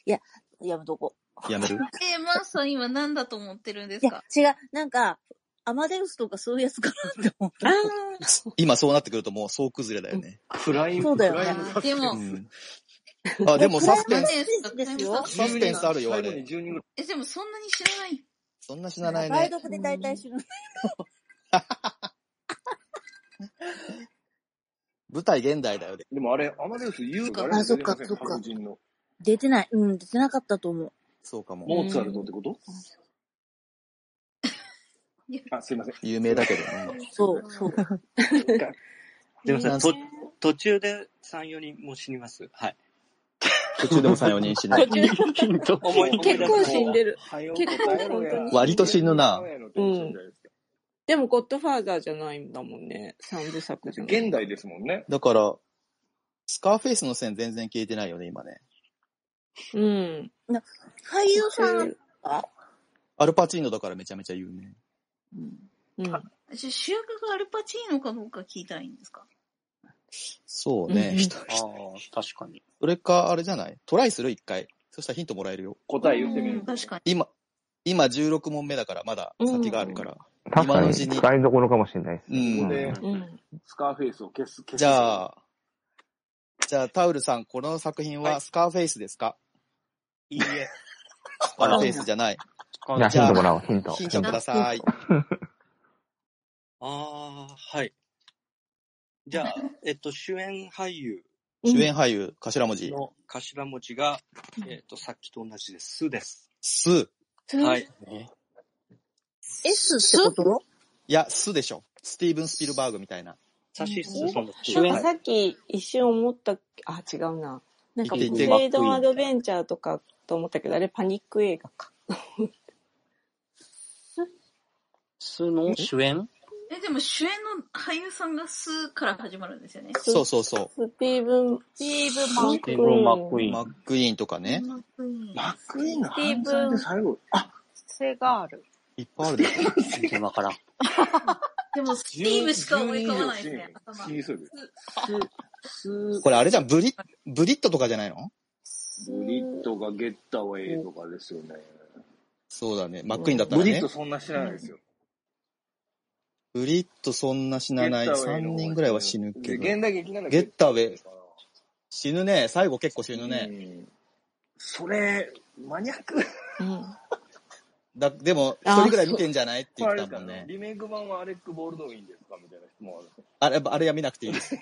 Speaker 7: いや、やめとこ
Speaker 2: やめる
Speaker 6: えー、マーさん今何だと思ってるんで
Speaker 7: う。い
Speaker 6: す
Speaker 7: や
Speaker 6: か、
Speaker 7: 違う。なんか、アマデウスとかそういうやつかなって思っ
Speaker 6: あ
Speaker 7: た。
Speaker 2: 今そうなってくるともう総崩れだよね。
Speaker 1: クライ
Speaker 7: そうだよ
Speaker 6: あ
Speaker 7: ね。
Speaker 6: ー、で
Speaker 2: う
Speaker 6: も、
Speaker 2: ん。あ、でもサスペンス、
Speaker 7: スですよ
Speaker 2: サスペンスあるよ、あ
Speaker 8: 最後に
Speaker 2: れ。
Speaker 8: 10人ぐらい。
Speaker 6: え、でもそんなに知らない。
Speaker 2: そんな死なない
Speaker 7: 梅
Speaker 2: ね。
Speaker 7: 毒で大体死ぬ。
Speaker 2: 舞台現代だよね。
Speaker 8: でもあれ、アマデウス言うから
Speaker 7: あそっか
Speaker 8: 出て
Speaker 7: そ
Speaker 8: ま
Speaker 7: っ
Speaker 8: せ
Speaker 7: か
Speaker 8: ん白人の。
Speaker 7: 出てない。うん、出てなかったと思う。
Speaker 2: そうかも。
Speaker 8: モーツァルトってことあ、すいません。
Speaker 2: 有名だけど ね。
Speaker 7: そう、そう。
Speaker 8: が
Speaker 3: すいません、と
Speaker 2: え、
Speaker 3: 途中で3、4人もう死にます。はい。
Speaker 2: 途中でも3、4人死ぬ。
Speaker 1: ヒント。
Speaker 3: 思い、思い出
Speaker 5: 結
Speaker 3: す
Speaker 5: 構死んでる。
Speaker 8: 早
Speaker 5: 結構
Speaker 8: 答えろ
Speaker 5: 本
Speaker 8: や
Speaker 5: 当に
Speaker 2: 割と死ぬな。
Speaker 8: うん
Speaker 5: でも、ゴッドファーザーじゃないんだもんね。三部作じゃない。
Speaker 8: 現代ですもんね。
Speaker 2: だから、スカーフェイスの線全然消えてないよね、今ね。
Speaker 5: うん。
Speaker 7: 俳優さん、あ
Speaker 2: アルパチーノだからめちゃめちゃ有名。
Speaker 5: うん。
Speaker 6: 私、主役がアルパチーノかどうか聞いたらいいんですか
Speaker 2: そ
Speaker 5: う
Speaker 2: うね。
Speaker 5: ん
Speaker 2: 人
Speaker 1: ああ、確かに。
Speaker 2: それか、あれじゃないトライする一回。そしたらヒントもらえるよ。
Speaker 8: 答え言ってみる
Speaker 6: うん。確か
Speaker 2: 今、今16問目だからまだ先があるから。
Speaker 4: 確
Speaker 2: 今
Speaker 4: か
Speaker 2: のう
Speaker 4: に
Speaker 2: ちに
Speaker 4: 使いどころかもしれないです
Speaker 2: うん
Speaker 4: ね。
Speaker 8: ここで
Speaker 4: ん
Speaker 5: うん。
Speaker 8: スカーフェイスを消す、消す。
Speaker 2: じゃあ、じゃあタウルさん、この作品
Speaker 3: は
Speaker 2: はいスカーフェイスですか、
Speaker 3: いいえ。
Speaker 2: スカーフェイスじゃない。
Speaker 1: 使
Speaker 4: じゃあ
Speaker 1: う
Speaker 4: ヒントもらおう、ヒント。
Speaker 2: ヒントください。
Speaker 3: ああ、はい。じゃあ、えっと、主演俳優
Speaker 5: うん
Speaker 2: 主演俳優、頭文字。
Speaker 3: の頭文字が、えっと、さっきと同じです。すです。
Speaker 2: す。
Speaker 3: はい。
Speaker 7: S ってこと
Speaker 2: いや、すでしょ。スティーブン・スピルバーグみたいな。
Speaker 3: サシスその
Speaker 5: なん
Speaker 3: 主
Speaker 5: か
Speaker 3: 演。
Speaker 5: さっき一瞬思った、あ、違うな。なんか
Speaker 2: い
Speaker 5: ポセ
Speaker 2: けいけ
Speaker 5: イドンアドベンチャーとかと思ったけど、あれパニック映画か。
Speaker 1: スの主演
Speaker 6: に。え、でも主演の俳優さんがスから始まるんですよね。
Speaker 2: そうそうそ
Speaker 5: スティーブン、
Speaker 7: スティーブ・マ
Speaker 1: ス
Speaker 7: ー
Speaker 1: ティ
Speaker 7: ク
Speaker 1: ー。ブン・マックイ
Speaker 2: う。
Speaker 1: ー
Speaker 2: マ
Speaker 1: ン。
Speaker 2: ック・イーンとかね。
Speaker 6: マックイーン
Speaker 8: マックイーンが
Speaker 5: スティーブン
Speaker 8: 犯罪で最後、あ、
Speaker 7: セガール。
Speaker 2: いっぱいあるでしょ。
Speaker 1: 全然わからん。
Speaker 6: でも、スティーブしか思い浮かばないですね、頭。
Speaker 8: 死に急ぐ。ス、ス、
Speaker 2: これあれじゃん、ブリ、ブリットとかじゃないの
Speaker 8: ブリットがゲッタウェイとかですよね。
Speaker 2: そうだね。マック・イーンだった
Speaker 8: ブ
Speaker 2: ら
Speaker 8: リッ
Speaker 2: ね
Speaker 8: ト。そんな知らないですよ。
Speaker 2: ブリットそんな死なない。
Speaker 8: ゲッタウェ
Speaker 2: 3
Speaker 8: イの方が
Speaker 2: 人ぐらいは死ぬけど。
Speaker 8: 現代劇なら
Speaker 2: ゲッタウェイ。死ぬね。最後結構死ぬね。
Speaker 8: うんそれ、マニアック。
Speaker 5: うん。
Speaker 2: だでも、一
Speaker 5: あ
Speaker 2: 人ぐらい見てんじゃないって言
Speaker 8: あ
Speaker 2: っ
Speaker 8: れ
Speaker 2: て
Speaker 8: です
Speaker 2: た
Speaker 8: か
Speaker 2: もん
Speaker 8: ね
Speaker 2: ね。。
Speaker 8: リメイク版はアレック・ボールドウィンですかみたいな質問ある。
Speaker 2: あれ、あれは見なくていいです。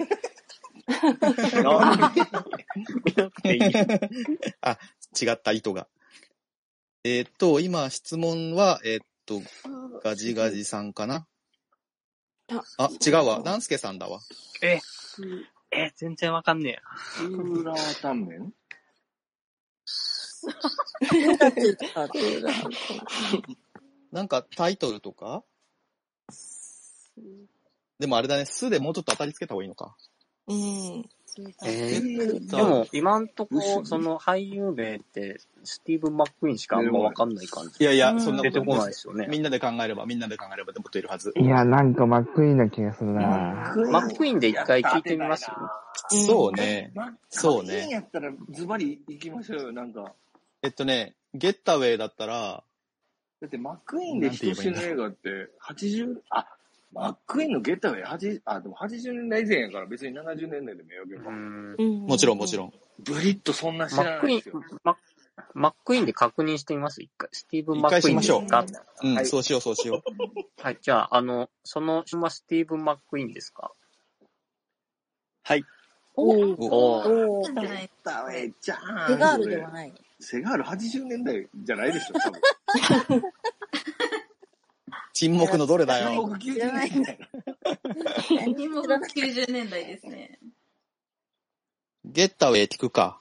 Speaker 1: なんで見なくていい。
Speaker 2: あ、違った、意図が。えーっと、今、質問は、えーっと、ガジガジさんかな
Speaker 5: あ
Speaker 2: あ、違うわ。ダンスケさんだわ。
Speaker 1: え、え、全然わかんねえ。
Speaker 8: スーラータンメン
Speaker 7: どうだってるかっていうのは
Speaker 2: なんか、タイトルとかでもあれだね、すでもうちょっと当たりつけた方がいいのか。
Speaker 5: うん。
Speaker 1: え
Speaker 2: ー
Speaker 1: でも、今んとこ、その俳優名って、スティーブン・マックイーンしかあんまわかんない感じ。
Speaker 2: いやいや、
Speaker 6: うん
Speaker 2: そんなこ
Speaker 1: 出
Speaker 2: と
Speaker 1: てこない
Speaker 2: で。
Speaker 1: ですすよね。
Speaker 2: みんなで考えれば、みんなで考えれば、でもっといるはず。
Speaker 4: いや、なんかマックイーンな気がするな
Speaker 1: マックイーンで一回聞いてみます
Speaker 8: や
Speaker 2: そうね。
Speaker 8: マック
Speaker 2: そうね
Speaker 8: マックイーンやったらズバリ行きましょうよ、なんか。
Speaker 2: えっとね、ゲッタウェイだったら、
Speaker 8: だってマックイーンで人死ぬ映画って、80、あ、マックイーンのゲッタウェイ、80、あ、でも80年代以前やから別に70年代でもよければ。
Speaker 1: うん
Speaker 5: うん。
Speaker 2: もちろんもちろ
Speaker 5: ん。
Speaker 2: ん。
Speaker 8: ブリッとそんな知
Speaker 1: マ
Speaker 8: ら
Speaker 1: ッ
Speaker 8: な
Speaker 1: ク
Speaker 8: い
Speaker 1: イ
Speaker 8: で
Speaker 1: ン
Speaker 8: すよ。、
Speaker 1: マッマックイーンで確認してみます。一回、スティーブン・マックイーンです
Speaker 2: 一
Speaker 1: か
Speaker 8: 回しま
Speaker 2: うん、
Speaker 8: はい
Speaker 2: そうしよう、そうしよう。
Speaker 1: はい、じゃあ、あの、その、はスティーブン・マックイーンですか
Speaker 3: はい。
Speaker 1: おー
Speaker 7: お
Speaker 6: じゃない
Speaker 8: ゲッタウェイじゃーん。
Speaker 7: セガールでは
Speaker 8: それ
Speaker 7: ない。
Speaker 8: セガール80年代じゃない でしょ、多分。
Speaker 2: 沈黙のどれだよ。
Speaker 8: 僕90年代。
Speaker 7: 何
Speaker 6: 何も
Speaker 7: も知らない。
Speaker 6: 90年代ですね。
Speaker 2: ゲッタウェイ聞くか。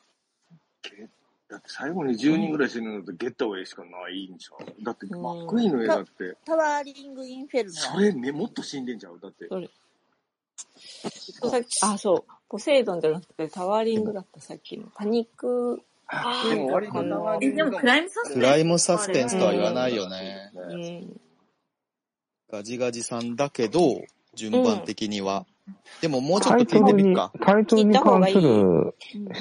Speaker 8: だって最後に10人ぐらい死ぬのってゲットウェイしかないんちゃうだってマックイーンの映画って、
Speaker 7: タワーリング・インフェルノ。
Speaker 8: それね、もっと死んでんちゃうだって。
Speaker 5: さっき、あ、そう。ポセイドンじゃなくてタワーリングだった、さっきの。パニック、
Speaker 8: あでも割とタワー
Speaker 6: え、
Speaker 8: リン
Speaker 6: で
Speaker 8: グ
Speaker 6: も
Speaker 8: か
Speaker 6: クライムサスペンス
Speaker 2: クライムサスペンスとは言わないよね。
Speaker 8: そうで
Speaker 5: う
Speaker 8: すね
Speaker 5: ん。
Speaker 2: ガジガジさんだけど、順番的には。でももうちょっ
Speaker 4: タ
Speaker 2: と聞
Speaker 4: イト
Speaker 2: いて
Speaker 4: ル
Speaker 2: みる
Speaker 4: に
Speaker 2: か。、
Speaker 4: タイトルに関する質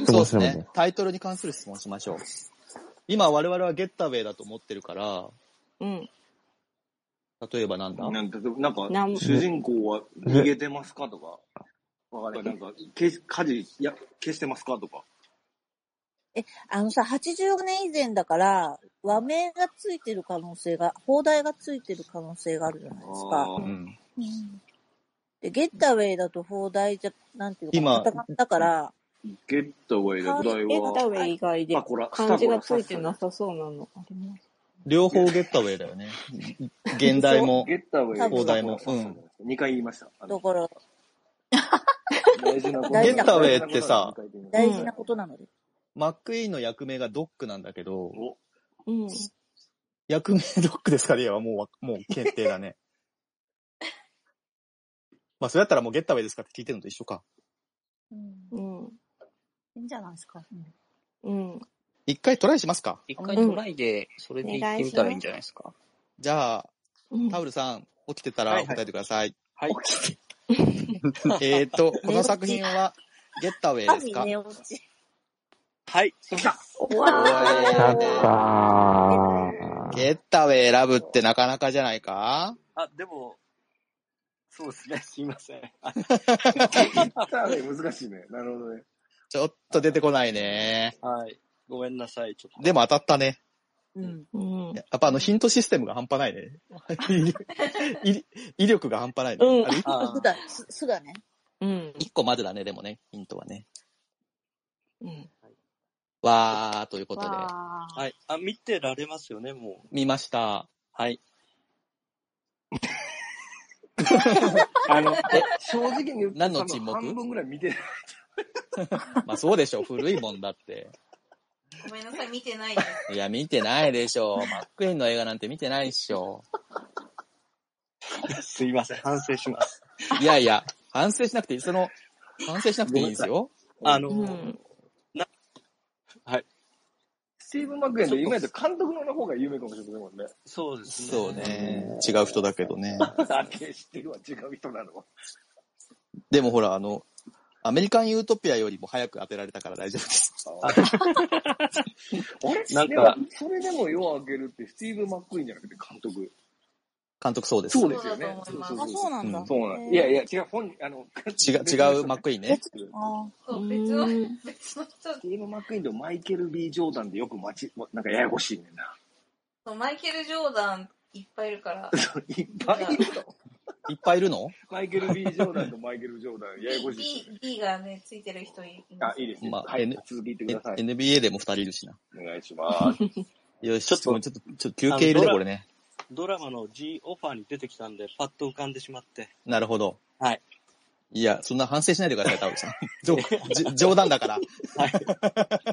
Speaker 2: そう
Speaker 4: 問
Speaker 2: で
Speaker 4: し
Speaker 2: す
Speaker 4: なきゃい
Speaker 2: ね。タイトルに関する質問しましょう。今我々はゲッタウェイだと思ってるから、
Speaker 5: うん。
Speaker 2: 例えばなんだ
Speaker 8: なんかなんか
Speaker 5: なん
Speaker 8: 主人公は逃げてますかとか、わかるなんか消し火事いや消してますかとか。
Speaker 7: あのさ、85年以前だから、和名がついてる可能性が、放題がついてる可能性があるじゃないですか。
Speaker 8: あー
Speaker 2: ん。
Speaker 7: で、ゲッタウェイだと放題じゃ、なんていうのかな、
Speaker 2: 今
Speaker 7: 戦ったから、
Speaker 8: ゲットウェイでぐらい
Speaker 5: ゲッタウ
Speaker 8: は、
Speaker 5: ェイ以外で
Speaker 8: あこら
Speaker 5: 漢字がついてなさそうなの。あります
Speaker 2: 両方ゲッタウェイだよね。現代も
Speaker 8: ゲ。ットウェイ
Speaker 2: 放題も
Speaker 8: スタコラさんじゃないですか二回言いま した。
Speaker 7: だ
Speaker 8: あの
Speaker 7: から、
Speaker 8: 大事な こと
Speaker 7: ゲッ
Speaker 2: タウェイってさ
Speaker 8: 大
Speaker 7: 大
Speaker 8: 事なことは二回言いました
Speaker 7: 事なことなので。
Speaker 2: マックイーンの役名がドックなんだけど、
Speaker 8: お
Speaker 5: うん。
Speaker 2: 役名ドックですかねはもうわ、もう決定だね。 まあ、それだったらもうゲッタウェイですかって聞いてるのと一緒か。
Speaker 7: うん。
Speaker 5: うん。
Speaker 7: いいんじゃないですか。
Speaker 5: うん。
Speaker 2: 一回トライしますか
Speaker 3: 一回トライで、それで行ってみたらいいんじゃないですか。
Speaker 2: じゃあ、
Speaker 5: うん
Speaker 2: タウルさん、起きてた
Speaker 3: は
Speaker 2: ら
Speaker 3: いはい
Speaker 2: 答えてください。
Speaker 3: はい。
Speaker 2: えっと、この作品は、ゲッタウェイですか
Speaker 7: 神寝落ち。
Speaker 3: はい。そうです
Speaker 5: わ
Speaker 4: やったー。
Speaker 2: ゲッタウェイ選ぶってなかなかじゃないか
Speaker 3: あ、でも、そうですね。 すいません。あ
Speaker 8: ただね難しいね。なるほどね。
Speaker 2: ちょっと出てこないね。
Speaker 3: はい。ごめんなさい。ちょっと。
Speaker 2: でも当たったね。
Speaker 7: うん。
Speaker 5: うん
Speaker 2: やっぱあのヒントシステムが半端ないね。 威威力が半端ないね。
Speaker 5: うん
Speaker 2: あれ
Speaker 3: あ
Speaker 7: そう
Speaker 3: ー
Speaker 7: だ、そそうだね。
Speaker 5: うん
Speaker 2: 一個までだね、でもね、ヒントはね。
Speaker 5: うん
Speaker 2: わー、ということで。
Speaker 9: わー
Speaker 3: はい。あ、見てられますよね、もう。
Speaker 2: 見ました。
Speaker 3: はい。
Speaker 8: あの、正直に言うと、
Speaker 2: 何の沈黙
Speaker 8: 多分半分ぐらい見てない。
Speaker 2: まあそうでしょ、古いもんだって。
Speaker 6: ごめんなさい、見てないです。
Speaker 2: いや、見てないでしょ。マックイーンの映画なんて見てないっしょ。
Speaker 3: すいません。反省します。
Speaker 2: いやいや、反省しなくていい。その、反省しなくていいんですよ。
Speaker 3: あの、
Speaker 5: うん
Speaker 8: スティーブン・マックエンで、今やったら監督の方が有名かもしれないもんね。
Speaker 3: そうですね。
Speaker 2: そう。ね。違う人だけどね。
Speaker 8: だけ知ってるわ、違う人なの。
Speaker 2: でもほら、あの、アメリカンユートピアよりも早く当てられたから大丈夫です。
Speaker 8: 俺
Speaker 3: なん
Speaker 8: で
Speaker 3: か
Speaker 8: も、それでも夜を明けるって、スティーブン・マックイーンじゃなくて監督。
Speaker 2: 監督そうです。
Speaker 8: そうですよね。
Speaker 6: そうだと思います
Speaker 7: あ、そうなんだ。
Speaker 8: そうな
Speaker 7: へ
Speaker 8: ん
Speaker 7: ー
Speaker 8: いやいや、違う、本、あの、
Speaker 2: 違う、違うマックイーンね。
Speaker 7: あ
Speaker 6: そう別の、別の人
Speaker 8: スティーブン・マックイーンとマイケル・ B ・ジョーダンでよく待ち、なんかややこしいねんな。
Speaker 6: と、マイケル・ジョーダンいっぱいいるから。
Speaker 8: いっぱいいるの。
Speaker 2: いっぱいいるの
Speaker 8: マイケル・ B ・ジョーダンとマイケル・ジョーダン、ややこしいっすよね。
Speaker 6: B、B がね、ついてる人いま
Speaker 8: あ
Speaker 6: す、。
Speaker 8: いいですね。
Speaker 2: まあ
Speaker 8: はい
Speaker 2: N、
Speaker 8: 続き言って
Speaker 2: え
Speaker 8: ください。
Speaker 2: NBA でも二人いるしな。
Speaker 8: お願いします。
Speaker 2: よし、
Speaker 3: ち
Speaker 2: ち
Speaker 3: ょ
Speaker 2: ょ
Speaker 3: っ
Speaker 2: っ
Speaker 3: と
Speaker 2: と、ちょっと、ちょっと休憩いる
Speaker 3: あのドラ
Speaker 2: ね、これね。
Speaker 3: ドラマの G オファーに出てきたんで、パッと浮かんでしまって。
Speaker 2: なるほど。
Speaker 3: はい。
Speaker 2: いや、そんな反省しないでください、タオルさん。冗冗談だから。
Speaker 3: はい。